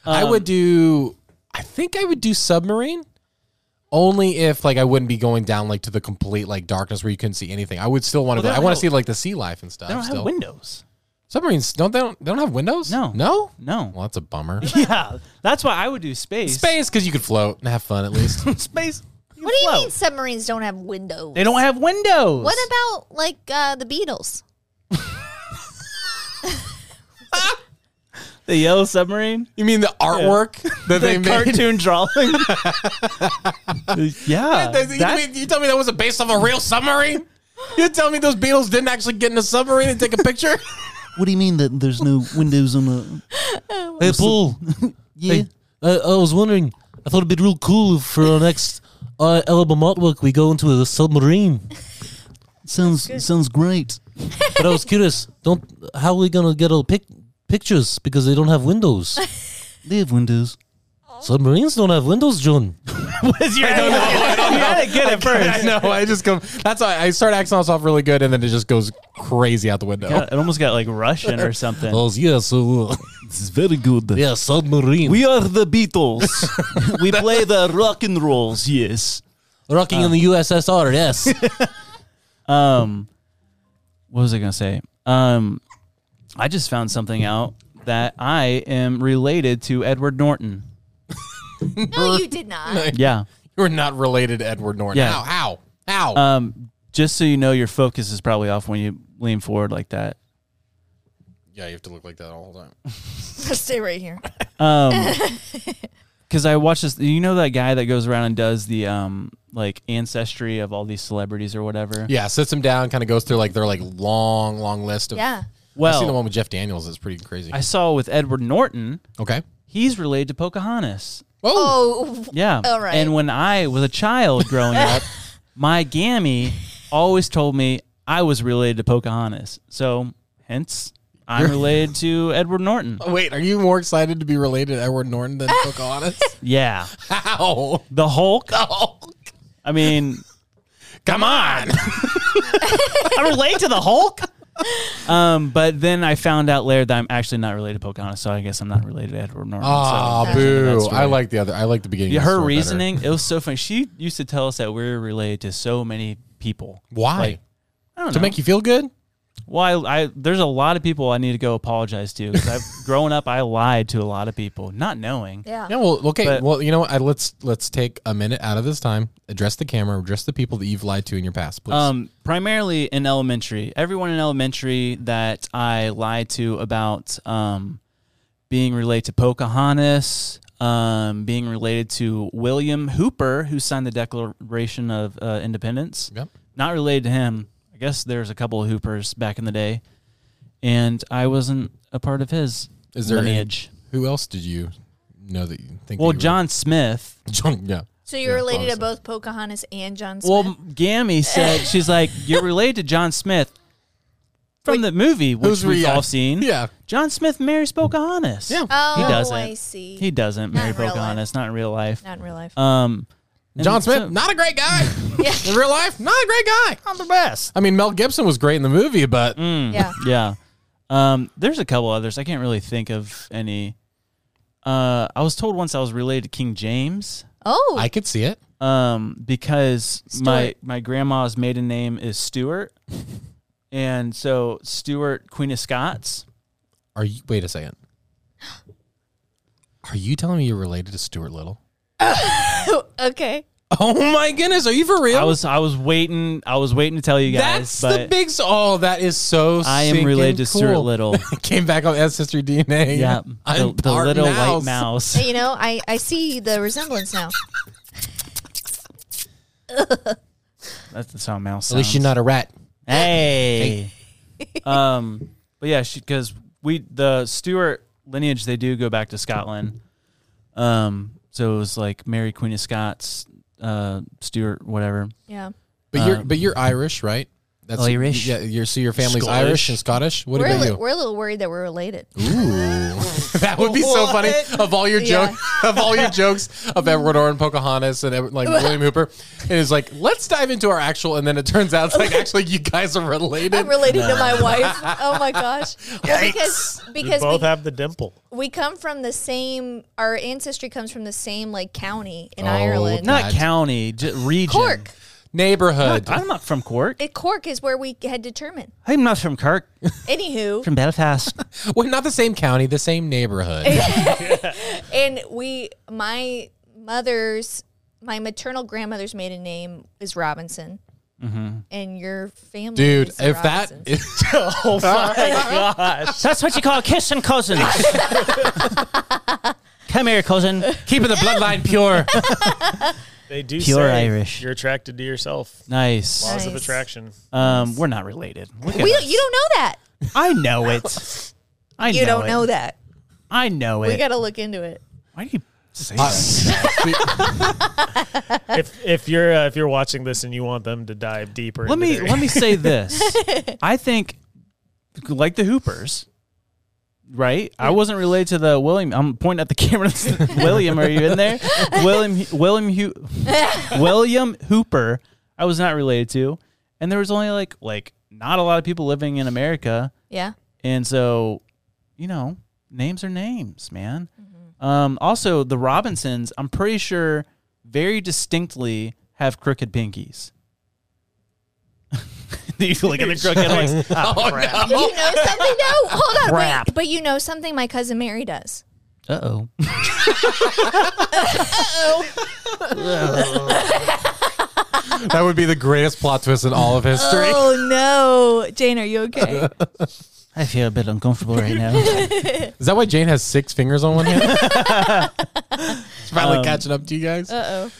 B: I would do. I think I would do submarine. Only if like I wouldn't be going down like to the complete like darkness where you couldn't see anything. I would still want to.
A: Well, they
B: I
A: don't
B: want to
A: have-
B: see like the sea life and stuff.
A: They don't
B: still.
A: have windows.
B: Submarines don't they don't they don't have windows?
A: No.
B: no, Well,
A: No.
B: that's a bummer.
A: Yeah, that's why I would do space.
B: Space because you could float and have fun at least.
A: Space.
D: what do you
A: float.
D: mean submarines don't have windows?
A: They don't have windows.
D: What about like uh, the Beatles?
A: the yellow submarine?
B: you mean the artwork that they
A: The
B: made?
A: cartoon drawing. yeah.
B: That's- You,
A: that's-
B: mean- you tell me that wasn't based off a real submarine? You tell me those Beatles didn't actually get in a submarine and take a picture?
J: What do you mean that there's no windows on the?
I: Hey, Paul.
J: Yeah.
I: I, I was wondering. I thought it'd be real cool if for our next uh, album artwork we go into a submarine.
J: Sounds sounds great.
I: But I was curious. Don't how are we gonna get our pic- pictures because they don't have windows.
J: They have windows.
I: Submarines don't have windows, John.
A: you gotta get it
B: I
A: first.
B: know. I just come. That's why I start acting off really good, and then it just goes crazy out the window.
A: God, it almost got like Russian or something.
I: Oh yeah, so uh,
J: It's very good.
I: yeah, submarine.
A: We are the Beatles. we play the rock and rolls. Yes.
I: Rocking in the USSR, yes.
A: Um, what was I gonna say? Um, I just found something out that I am related to Edward Norton.
D: No, you did not.
A: Yeah.
B: You're not related to Edward Norton.
A: Yeah.
B: How? How? How?
A: Um, just so you know, your focus is probably off when you lean forward like that.
B: yeah, you have to look like that all the time.
D: Stay right here.
A: Um, because I watched this. You know that guy that goes around and does the um like ancestry of all these celebrities or whatever.
B: Yeah, sits him down, kind of goes through like their like long, long list of.
D: Yeah.
B: I've seen the
A: Well,
B: one with Jeff Daniels. It's pretty crazy.
A: I saw with Edward Norton,
B: okay.
A: he's related to Pocahontas.
B: Oh,
D: Oh,
A: Yeah.
D: All right.
A: And when I was a child growing up, my gammy always told me I was related to Pocahontas. So hence, I'm related to Edward Norton.
B: wait, are you more excited to be related to Edward Norton than Pocahontas?
A: Yeah.
B: How?
A: The Hulk.
B: Oh,
A: I mean,
B: come on.
A: I relate to the Hulk. Um, but then I found out later that I'm actually not related to Pocahontas, so I guess I'm not related to Edward Norton.
B: Ah,
A: so there's another
B: boo!
A: story.
B: I like the other. I like the beginning.
A: yeah,
B: of the
A: her
B: story better.
A: reasoning. It was so funny. She used to tell us that we're related to so many people.
B: Why?
A: Like, I don't
B: to
A: know.
B: make you feel good?
A: well, I, I there's a lot of people I need to go apologize to because I've grown up. I lied to a lot of people, not knowing.
D: yeah.
B: No, well, okay.
A: But-
B: well, you know what? I, let's let's take a minute out of this time. Address the camera. Address the people that you've lied to in your past, please.
A: Um, primarily in elementary. Everyone in elementary that I lied to about um, being related to Pocahontas, um, being related to William Hooper, who signed the Declaration of uh, Independence.
B: Yep.
A: Not related to him. I guess there's a couple of Hoopers back in the day, and I wasn't a part of his
B: Is there any-
A: lineage.
B: Who else did you know that you think? that
A: well,
B: you were-
A: John Smith.
B: John. Yeah.
D: So you're
B: Yeah,
D: related to
B: obviously.
D: both Pocahontas and John Smith.
A: Well, Gammy said she's like you're related to John Smith from the movie, which
B: Who's
A: we've
B: react-
A: all seen.
B: Yeah.
A: John Smith marries Pocahontas. Yeah,
D: oh,
A: he doesn't.
D: I see.
A: He doesn't marry
D: in real life.
A: Pocahontas, not in real life.
D: Not in real life.
A: Um, and
B: John Smith,
A: so-
B: not a great guy in real life. Not a great guy.
A: not the best. Mm.
B: I mean, Mel Gibson was great in the movie, but
D: yeah.
A: Yeah. Um, there's a couple others. I can't really think of any. Uh, I was told once I was related to King James.
D: Oh,
B: I could see it.
A: um, because my
D: Stuart.
A: my grandma's maiden name is Stuart, and so Stuart Queen of Scots.
B: Are you? Wait a second. Are you telling me you're related to Stuart Little?
D: okay.
B: Oh my goodness! Are you for real?
A: I was I was waiting I was waiting to tell you guys,
B: That's the
A: but
B: big. s- Oh, that is so.
A: I am
B: sinking
A: related to Stuart
B: cool.
A: Little.
B: Came back on ancestry DNA.
A: yeah,
B: I'm
A: the, the
B: part
A: little
B: mouse.
A: white mouse.
D: You know, I, I see the resemblance now.
A: That's the sound mouse.
B: At least you're not a rat.
A: Hey. um, but yeah, because we the Stuart lineage they do go back to Scotland. Um, so it was like Mary Queen of Scots, uh, Stuart, whatever.
D: Yeah.
B: But you're but you're Irish, right? That's
A: Um, Oh, Irish.
B: Yeah, you're so your family's
E: Scottish.
B: Irish and Scottish. What
D: we're, a
B: about
D: li-
B: you?
D: we're a little worried that we're related.
B: Ooh, that would be so funny. Of all your
D: Yeah.
B: jokes, of all your jokes of Edward Orr and Pocahontas and Edward- like William Hooper, and it's like let's dive into our actual, and then it turns out it's like actually you guys are related.
D: I'm related to my wife. Oh my gosh. Well, because
E: We
D: because
E: both
D: we,
E: have the dimple.
D: we come from the same, our ancestry comes from the same like county in
B: Oh,
D: Ireland.
A: Not
B: God.
A: county, j- region.
D: Cork.
B: Neighborhood.
A: Not- I'm not from Cork.
D: It, Cork is where we had determined.
A: I'm not from Cork.
D: Anywho,
A: From Belfast.
B: Well, not the same county, the same neighborhood.
D: and we, my mother's, my maternal grandmother's maiden name is Robinson. And your family,
B: Dude,
D: is the
B: if that
D: Robinsons.
E: Oh my gosh!
A: That's what you call kissing cousins. Come here, cousin.
B: keeping the bloodline pure.
E: They do
A: Pure
E: say
A: Irish.
E: You're attracted to yourself.
A: Nice.
E: Laws of
D: Nice.
E: attraction.
A: Um, we're not related. Look at
D: we,
A: us.
D: you don't know that.
A: I know it. I
D: You don't
A: it.
D: know that.
A: I know
D: We
A: it.
D: got to look into it.
A: Why do you say
B: Uh,
A: that?
B: we-
E: If if you're uh, if you're watching this and you want them to dive deeper,
A: Let
E: into
A: me
E: their-
A: let me say this. I think, like the Hoopers, right? I wasn't related to the William. I'm pointing at the camera. William, are you in there? William William Ho- William Hooper. I was not related to, and there was only like like not a lot of people living in America.
D: Yeah.
A: And so, you know, names are names, man.
D: Mm-hmm.
A: Um, also, the Robinsons, I'm pretty sure, very distinctly have crooked pinkies. you look at the crooked ones.
E: Ah,
B: oh, no.
D: You know something? No, hold on.
A: Crap.
D: Wait, but you know something? My cousin Mary does.
J: Uh oh.
B: That would be the greatest plot twist in all of history.
D: Oh no, Jane, are you okay?
J: I feel a bit uncomfortable right now.
B: Is that why Jane has six fingers on one hand? She's finally catching up to you guys.
D: Uh oh.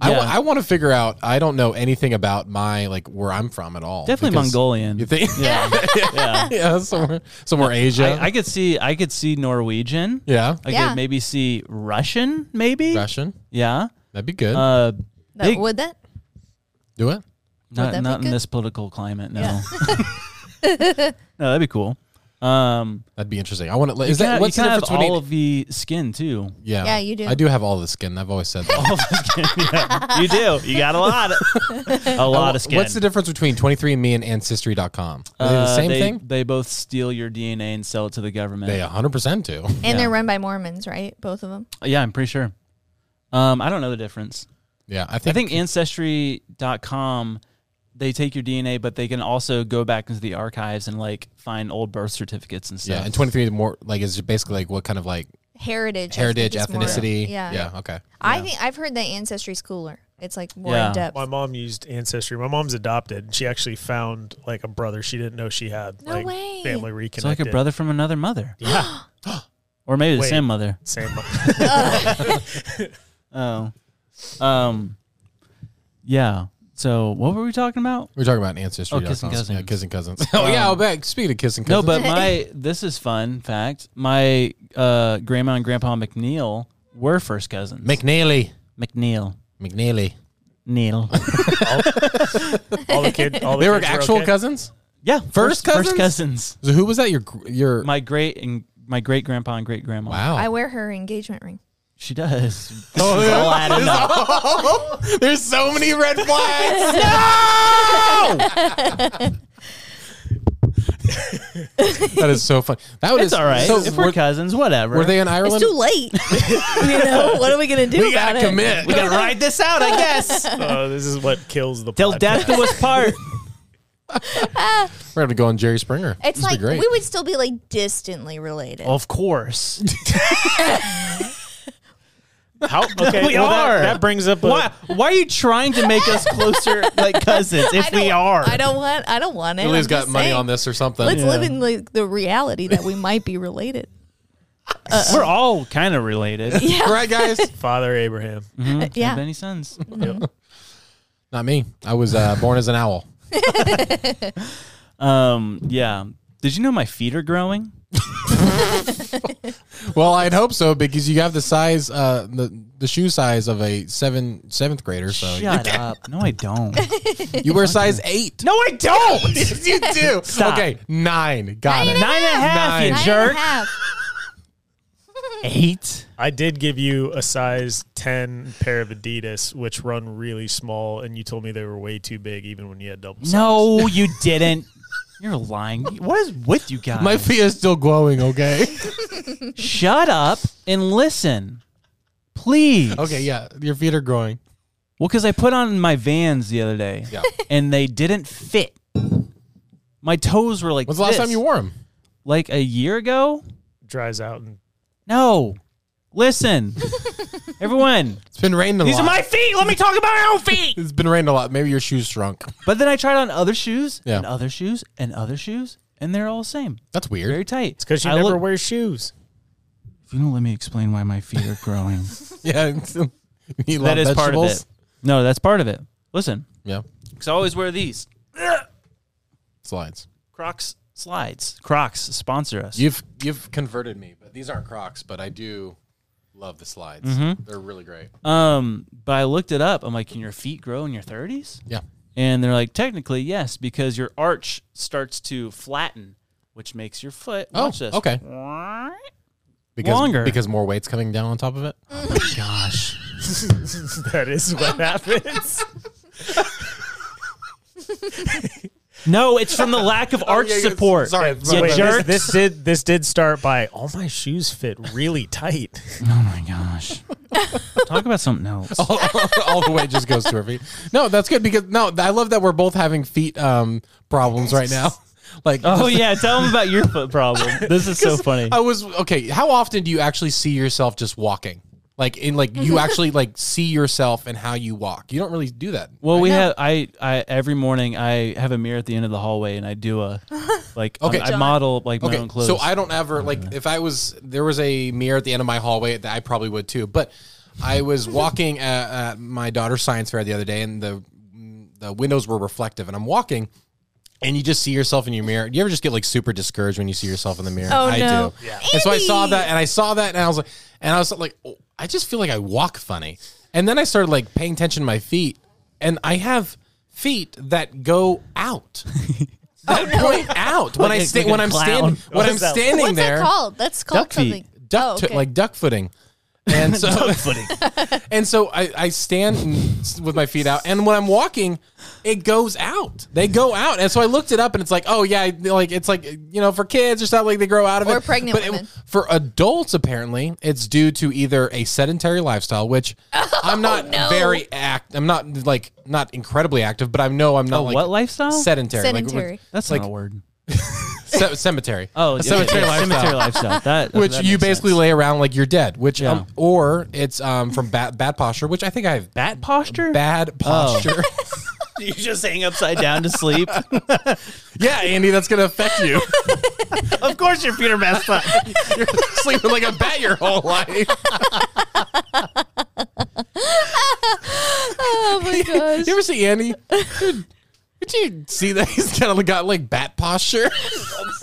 B: I
A: Um, Yeah.
B: want to figure out. I don't know anything about my like where I'm from at all.
A: Definitely
B: because-
A: Mongolian.
B: You think?
A: yeah. yeah.
B: yeah, somewhere, somewhere Asia.
A: I, I could see I could see Norwegian.
B: yeah,
A: I
D: Yeah.
A: could maybe see Russian, maybe.
B: Russian.
A: Yeah.
B: That'd be good.
A: Uh,
D: That,
A: Big-
D: would that?
B: Do it.
D: that be
A: not not in
D: good?
A: this political climate. No. no, that'd be cool. Um,
B: That'd be interesting. I want to. Is
A: you
B: that
A: can,
B: what's
A: Uh, you can
B: the
A: have
B: difference between?
A: all of the skin too.
B: yeah,
D: Yeah, you do.
B: Oh. I do have all the skin. I've always said that.
A: you do. You got a lot. Of, a lot of skin.
B: What's the difference between 23andMe and Ancestry.com? Are they the
A: Uh,
B: same
A: they,
B: thing?
A: They both steal your DNA and sell it to the government.
B: They 100% do.
D: And
A: Yeah.
D: they're run by Mormons, right? Both of them.
A: Yeah, I'm pretty sure. Um, I don't know the difference.
B: Yeah, I
A: I
B: think.
A: think ancestry.com they take your DNA, but they can also go back into the archives and like find old birth certificates and stuff.
B: yeah, and 23 more like is basically like what kind of like
D: Heritage. I think
B: heritage,
D: it's more-
B: ethnicity.
D: yeah.
B: yeah. Okay.
D: I think I've heard that ancestry's cooler. It's like more
A: Yeah.
D: in depth.
E: My mom used Ancestry. My mom's adopted. She actually found like a brother she didn't know she had.
D: No
E: like,
D: way.
E: Family
A: It's like
E: reconnected.
A: a brother from another mother,
E: Yeah.
A: or maybe the
E: Wait.
A: same mother.
E: Same.
A: Oh, um, yeah. So what were we talking about?
B: We're talking about ancestry.
A: Oh, kissing
B: Yeah,
A: cousins. Um,
B: kissing cousins. oh yeah, I'll bet. Speaking of kissing
A: No,
B: cousins,
A: but my this is fun fact. My uh, grandma and grandpa McNeil were first cousins.
B: McNeely,
A: McNeil,
B: McNeely.
A: Neil.
E: all the kid.
A: Oh,
E: All the
B: They were
E: kids
B: actual
E: okay.
B: cousins.
A: yeah,
B: First
A: First
B: cousins?
A: cousins.
B: So who was that? Your gr- your
A: My great and my great grandpa and great grandma.
B: wow.
D: I wear her engagement ring.
A: She does. This is all adding up.
B: There's so many red flags. that is so fun. That was
A: It's all right.
B: So
A: if we're,
B: were,
A: cousins, whatever.
B: were they in Ireland?
D: It's too late. you know what are we gonna do
B: we
D: about
B: gotta
D: it?
B: commit.
A: we gotta ride this out, I guess.
E: Uh, this is what kills the.
A: Till
E: podcast.
A: death do us part.
B: We're gonna go on Jerry Springer.
D: It's
B: This would
D: like
B: be great.
D: we would still be like distantly related.
A: of course.
E: How? Okay.
A: We
E: well, that-
A: are.
E: That, brings up. A,
A: why? Why are you trying to make us closer like cousins? If we are,
D: I don't want. I don't want it.
B: Julie's
D: I'm
B: got
D: just
B: money
D: saying.
B: on this or something.
D: Let's live in like the reality that we might be related.
A: we're all kind of related.
B: Right, guys?
E: Father Abraham.
A: Mm-hmm.
D: yeah.
A: Benny Sons.
B: Not me. I was uh, born as an owl.
A: Um. Yeah. Did you know my feet are growing?
B: Well, I'd hope so because you have the size, uh, the the shoe size of a seven seventh grader. So you-
A: Shut up. No, I don't.
B: you were size eight.
A: No, I don't.
B: Yes, you do.
A: Stop.
B: Okay, nine. Got it.
A: Nine and a half,
B: Nine.
A: you
D: Nine and
A: jerk.
D: a half.
A: Eight.
E: I did give you a size 10 pair of Adidas, which run really small, and you told me they were way too big, even when you had double size.
A: No, you didn't. You're lying. What is with you guys?
B: My feet are still glowing. Okay.
A: Shut up and listen, please.
B: okay. Yeah, your feet are growing.
A: Well, because I put on my Vans the other day,
B: Yeah.
A: and they didn't fit. My toes were like.
B: When's the last
A: this.
B: time you wore them?
A: Like a year ago?
E: Dries out and
A: No. Listen, everyone.
B: It's been raining a
A: These
B: lot.
A: are my feet. Let me talk about my own feet.
B: it's been raining a lot. Maybe your shoes shrunk.
A: But then I tried on other shoes
B: Yeah.
A: and other shoes and other shoes, and they're all the same.
B: That's
A: Very
B: weird.
A: tight.
E: it's because you
A: I
E: never
A: look-
E: wear shoes.
A: If you don't let me explain why my feet are growing,
B: Yeah. it's- you eat a lot
A: that is part of it.
B: vegetables?
A: No, that's part of it. Listen,
B: Yeah.
A: because I always wear these
B: Slides.
A: Crocs slides. Crocs sponsor us.
B: You've you've converted me, but these aren't Crocs. But I do love the slides.
A: Mm-hmm.
B: They're really great.
A: Um, but I looked it up. I'm like, can your feet grow in your 30s?
B: Yeah.
A: And they're like, technically, yes, because your arch starts to flatten, which makes your foot.
B: Oh,
A: watch this.
B: okay. Because,
A: Longer.
B: because more weight's coming down on top of it.
A: Gosh.
E: that is what happens.
A: No, it's from the lack of arch support.
B: Oh, Sorry,
A: You
E: Wait, this,
A: jerks.
E: this did this did start by all my shoes fit really tight.
A: Oh my gosh. Talk about something else.
B: all, all the way just goes to her feet. No, that's good because no, I love that we're both having feet um, problems right now.
I: Like,
A: Oh yeah, tell them about your foot problem. This is so funny.
B: I was okay. How often do you actually see yourself just walking? Like in like you actually like see yourself and how you walk. You don't really do that.
A: Well, we have I I every morning I have a mirror at the end of the hallway and I do a like
B: Okay.
A: I model like my own clothes.
B: So I don't ever like if I was there was a mirror at the end of my hallway that I probably would too. But I was walking at, at my daughter's science fair the other day, and the the windows were reflective, and I'm walking. And you just see yourself in your mirror. Do you ever just get like super discouraged when you see yourself in the mirror?
D: Oh,
B: I
D: no.
B: do. And so I saw that, and I saw that, and I was like, and I was like, oh, I just feel like I walk funny. And then I started like paying attention to my feet, and I have feet that go out,
D: Oh,
B: that point out when
A: Like
B: I
A: a-
B: sta-
A: like a
B: when I'm
A: clown.
B: standing when I'm
E: What's that-
B: standing
D: What's
B: there
D: that called? That's called
B: duck
D: something.
B: feet, duck
D: oh,
B: to-
D: okay.
B: like duck footing. And so, and so I, I stand and s- with my feet out, and when I'm walking, it goes out. They go out, and so I looked it up, and it's like, oh yeah, I- like it's like you know for kids or something like they grow out of it.
D: Or pregnant
B: it-
D: women.
B: for adults, apparently, it's due to either a sedentary lifestyle, which I'm not
D: Oh, no.
B: very act. I'm not like not incredibly active, but I know I'm not
A: A
B: like
A: what lifestyle?
B: sedentary. like, with-
D: Sedentary.
A: That's
B: like-
A: not a word.
B: ce- cemetery.
A: Oh,
B: A cemetery
A: yeah, yeah,
B: lifestyle
A: cemetery lifestyle. That
B: which
A: that
B: you
A: makes
B: basically
A: sense.
B: lay around like you're dead, which
A: Yeah.
B: um, or it's um from bad bad posture, which I think I have
A: bat posture. Oh.
B: bad posture.
A: You just hang upside down to sleep.
B: yeah, Andy, that's gonna affect you.
A: of course, you're Peter Mesta.
B: you're sleeping like a bat your whole life.
D: Oh my gosh.
B: You ever see Andy? Dude, Did you see that he's kind of got like bat posture?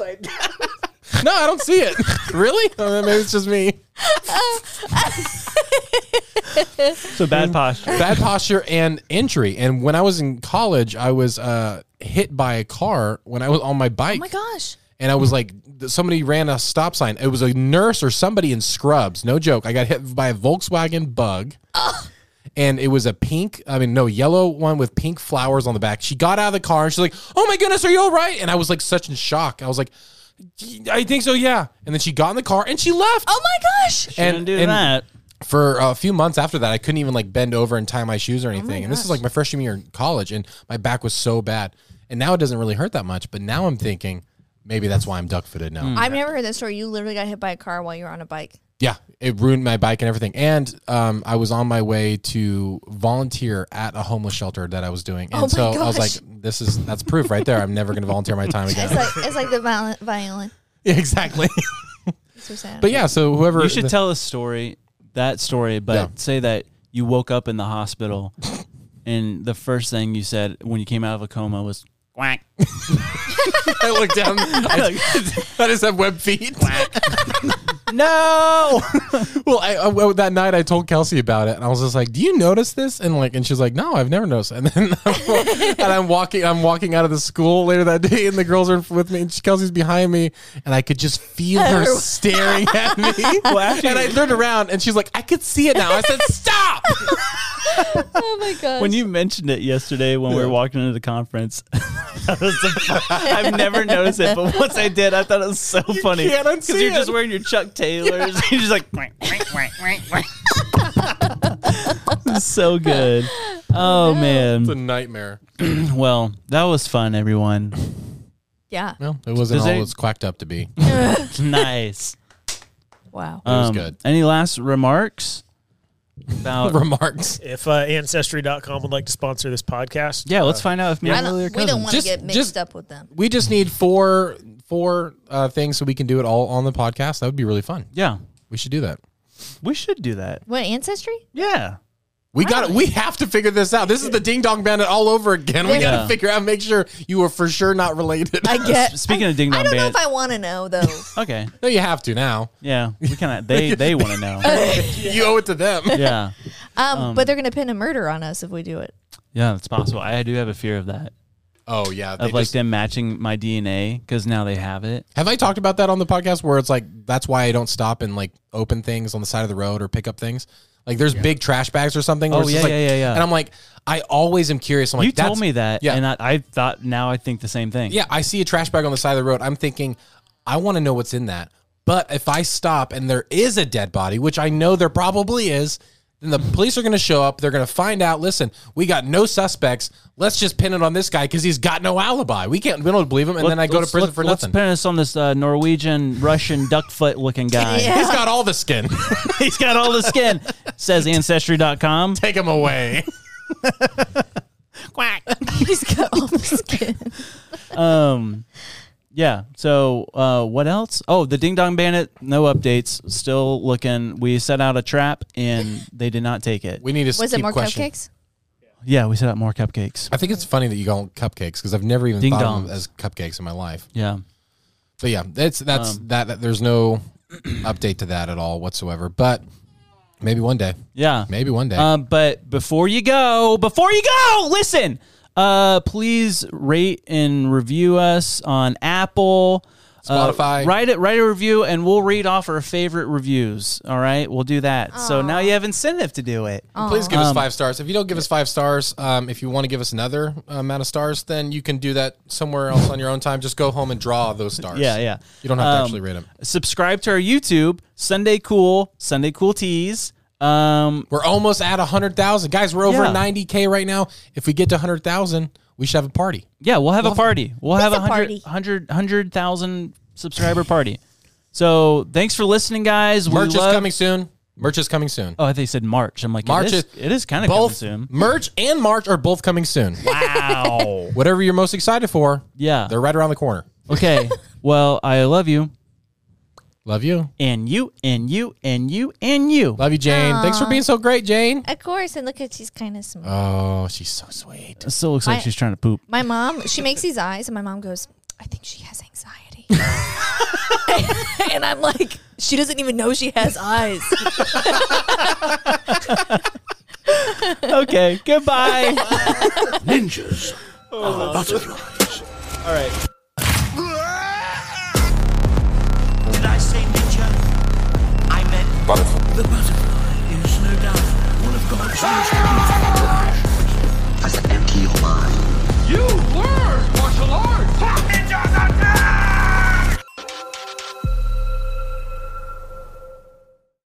B: no, I don't see it. really? Oh, maybe it's just me.
A: so bad posture.
B: bad posture and injury. And when I was in college, I was uh, hit by a car when I was on my bike.
D: Oh my gosh.
B: and I was like, th- somebody ran a stop sign. It was a nurse or somebody in scrubs. No joke. I got hit by a Volkswagen bug. And it was a pink, I mean, no, yellow one with pink flowers on the back. She got out of the car and she's like, oh my goodness, are you all right? And I was like, such in shock. I was like, I think so, yeah. And then she got in the car and she left.
D: Oh my gosh.
A: And,
B: and,
A: do
B: and
A: that.
B: for a few months after that, I couldn't even like bend over and tie my
D: Oh
B: shoes or anything. and this is like my freshman year in college, and my back was so bad. And now it doesn't really hurt that much. But now I'm thinking maybe that's why I'm duck footed now.
D: I've never heard that story. You literally got hit by a car while you were on a bike.
B: Yeah, it ruined my bike and everything. And um, I was on my way to volunteer at a homeless shelter that I was doing, and
D: Oh my
B: so I was
D: gosh.
B: like, "This is that's proof right there. I'm never going to volunteer my time again."
D: It's like it's like the violin. violin.
B: exactly.
D: It's so sad.
B: but yeah, so whoever
A: You should
B: the-
A: tell a story, that story, but
B: Yeah.
A: say that you woke up in the hospital, and the first thing you said when you came out of a coma was quack.
B: I look down. I, I just have web feet.
A: No.
B: Well, I, I- well, that night I told Kelsey about it, and I was just like, "Do you notice this?" And like, and she's like, "No, I've never noticed." And then, and I'm walking, I'm walking out of the school later that day, and the girls are with me, and she- Kelsey's behind me, and I could just feel her
D: Everyone-
B: staring at me.
A: actually-
B: and I turned around, and she's like, "I could see it now." I said, "Stop!"
D: Oh my gosh.
A: when you mentioned it yesterday when we were walking into the conference, that was the fun- I've never noticed it, but once I did, I thought it was so funny.
B: can't unsee
A: you're just
B: it.
A: wearing your Chuck Taylors, you're just like, "Quack, quack, quack, quack, quack." It's so good. Oh
B: It's a
A: man!
B: nightmare.
A: Well, that was fun, everyone.
D: yeah.
B: Well, it wasn't
A: Does
B: all
A: any-
B: it's quacked up to be.
A: Nice.
D: Wow.
B: was good.
A: Um, Any last remarks about?
B: Remarks.
E: If uh, Ancestry.com would like to sponsor this podcast,
A: yeah, let's find out if me
D: I
A: and
D: don't,
A: Lily
D: we
A: are
D: don't
A: cousins.
D: want to
B: Just-
D: get mixed
B: just-
D: up with them.
B: We just need four four uh, things so we can do it all on the podcast. That would be really fun.
A: Yeah,
B: We should do that.
A: we should do that.
D: What ancestry?
A: Yeah.
B: We got to We have to figure this out. This is the Ding Dong Bandit all over again. We got
A: Yeah.
B: to figure out, make sure you are for sure not related.
D: I
A: Uh, S-
D: get.
A: Speaking of Ding
D: I
A: Dong
D: don't know
A: Bandit.
D: if I want to know though.
A: okay.
B: no, you have to now.
A: Yeah, we kind of they they want to know.
B: You owe it to them.
A: Yeah,
D: Um, but they're gonna pin a murder on us if we do it.
A: yeah, it's possible. I do have a fear of that
B: Oh yeah. they
A: of like
B: just-
A: them matching my DNA because now they have it.
B: have I talked about that on the podcast where it's like that's why I don't stop and like open things on the side of the road or pick up things. Like there's big trash bags or something. where
A: Oh,
B: it's just
A: yeah,
B: like-
A: yeah, yeah, yeah.
B: And I'm like, I always am curious. I'm like,
A: you told
B: that's-
A: me that,
B: Yeah.
A: and I, I thought now I think the same thing.
B: Yeah, I see a trash bag on the side of the road. I'm thinking, I want to know what's in that. But if I stop and there is a dead body, which I know there probably is, Then the police are going to show up. They're going to find out. Listen, we got no suspects. Let's just pin it on this guy because he's got no alibi. We can't. We don't believe him, and then I go to
A: Let's-
B: prison
A: let's-
B: for nothing.
A: Let's pin us on this uh, Norwegian Russian duck foot looking guy.
D: Yeah.
B: He's got all the skin.
A: He's got all the skin, says Ancestry.com.
B: Take him away.
D: He's got all the skin.
A: Um, yeah. So uh, what else? Oh, the Ding Dong Bandit. No updates. Still looking. We set out a trap and they did not take it.
B: We need to.
D: Was it
B: keep
D: more
B: questioning.
D: cupcakes?
A: Yeah, we set out more cupcakes.
B: I think it's funny that you call them cupcakes because I've never even
A: Ding
B: thought of
A: dongs.
B: them as cupcakes in my life.
A: Yeah.
B: But yeah, that's that's
A: Um.
B: that, that. There's no update to that at all whatsoever. But maybe one day.
A: Yeah.
B: Maybe one day.
A: Um, but before you go, before you go, listen. Uh, please rate and review us on Apple, Uh,
B: Spotify.
A: write it, write a review, and we'll read off our favorite reviews. All right, we'll do that. So now you have incentive to do it.
B: Please give
A: um,
B: us five stars. If you don't give us five stars, um, if you want to give us another amount of stars, then you can do that somewhere else on your own time. Just go home and draw those stars.
A: Yeah, yeah.
B: You don't have to
A: Um,
B: actually rate them.
A: Subscribe to our YouTube, Sunday Cool, Sunday Cool Tees. Um,
B: We're almost at hundred thousand guys. We're over
A: Yeah.
B: ninety k right now. If we get to hundred thousand, we should have a party.
A: yeah, we'll have a party. We'll have
D: It's
A: a
D: a
A: hundred,
D: party.
A: hundred, hundred thousand subscriber party. So thanks for listening, guys. We
B: Merch is
A: love-
B: coming soon. Merch is coming soon.
A: Oh, I thought you said March. I'm like,
B: March
A: it is,
B: is
A: it is kind of coming
B: both
A: soon.
B: merch and March are both coming soon.
A: Wow.
B: Whatever you're most excited for,
A: yeah.
B: they're right around the corner.
A: Okay. well, I love you,
B: Love you.
A: and you, and you, and you, and you.
B: Love you, Jane. Thanks for being so great, Jane.
D: Of course. And look at she's kind of
A: Uh.
D: small.
B: Oh, she's so sweet.
A: It still looks like
D: I-
A: she's trying to poop.
D: My mom, she makes these eyes, and my mom goes, I think she has anxiety. and I'm like, she doesn't even know she has eyes.
A: Okay. Goodbye.
F: Ninjas are butterflies.
A: All right.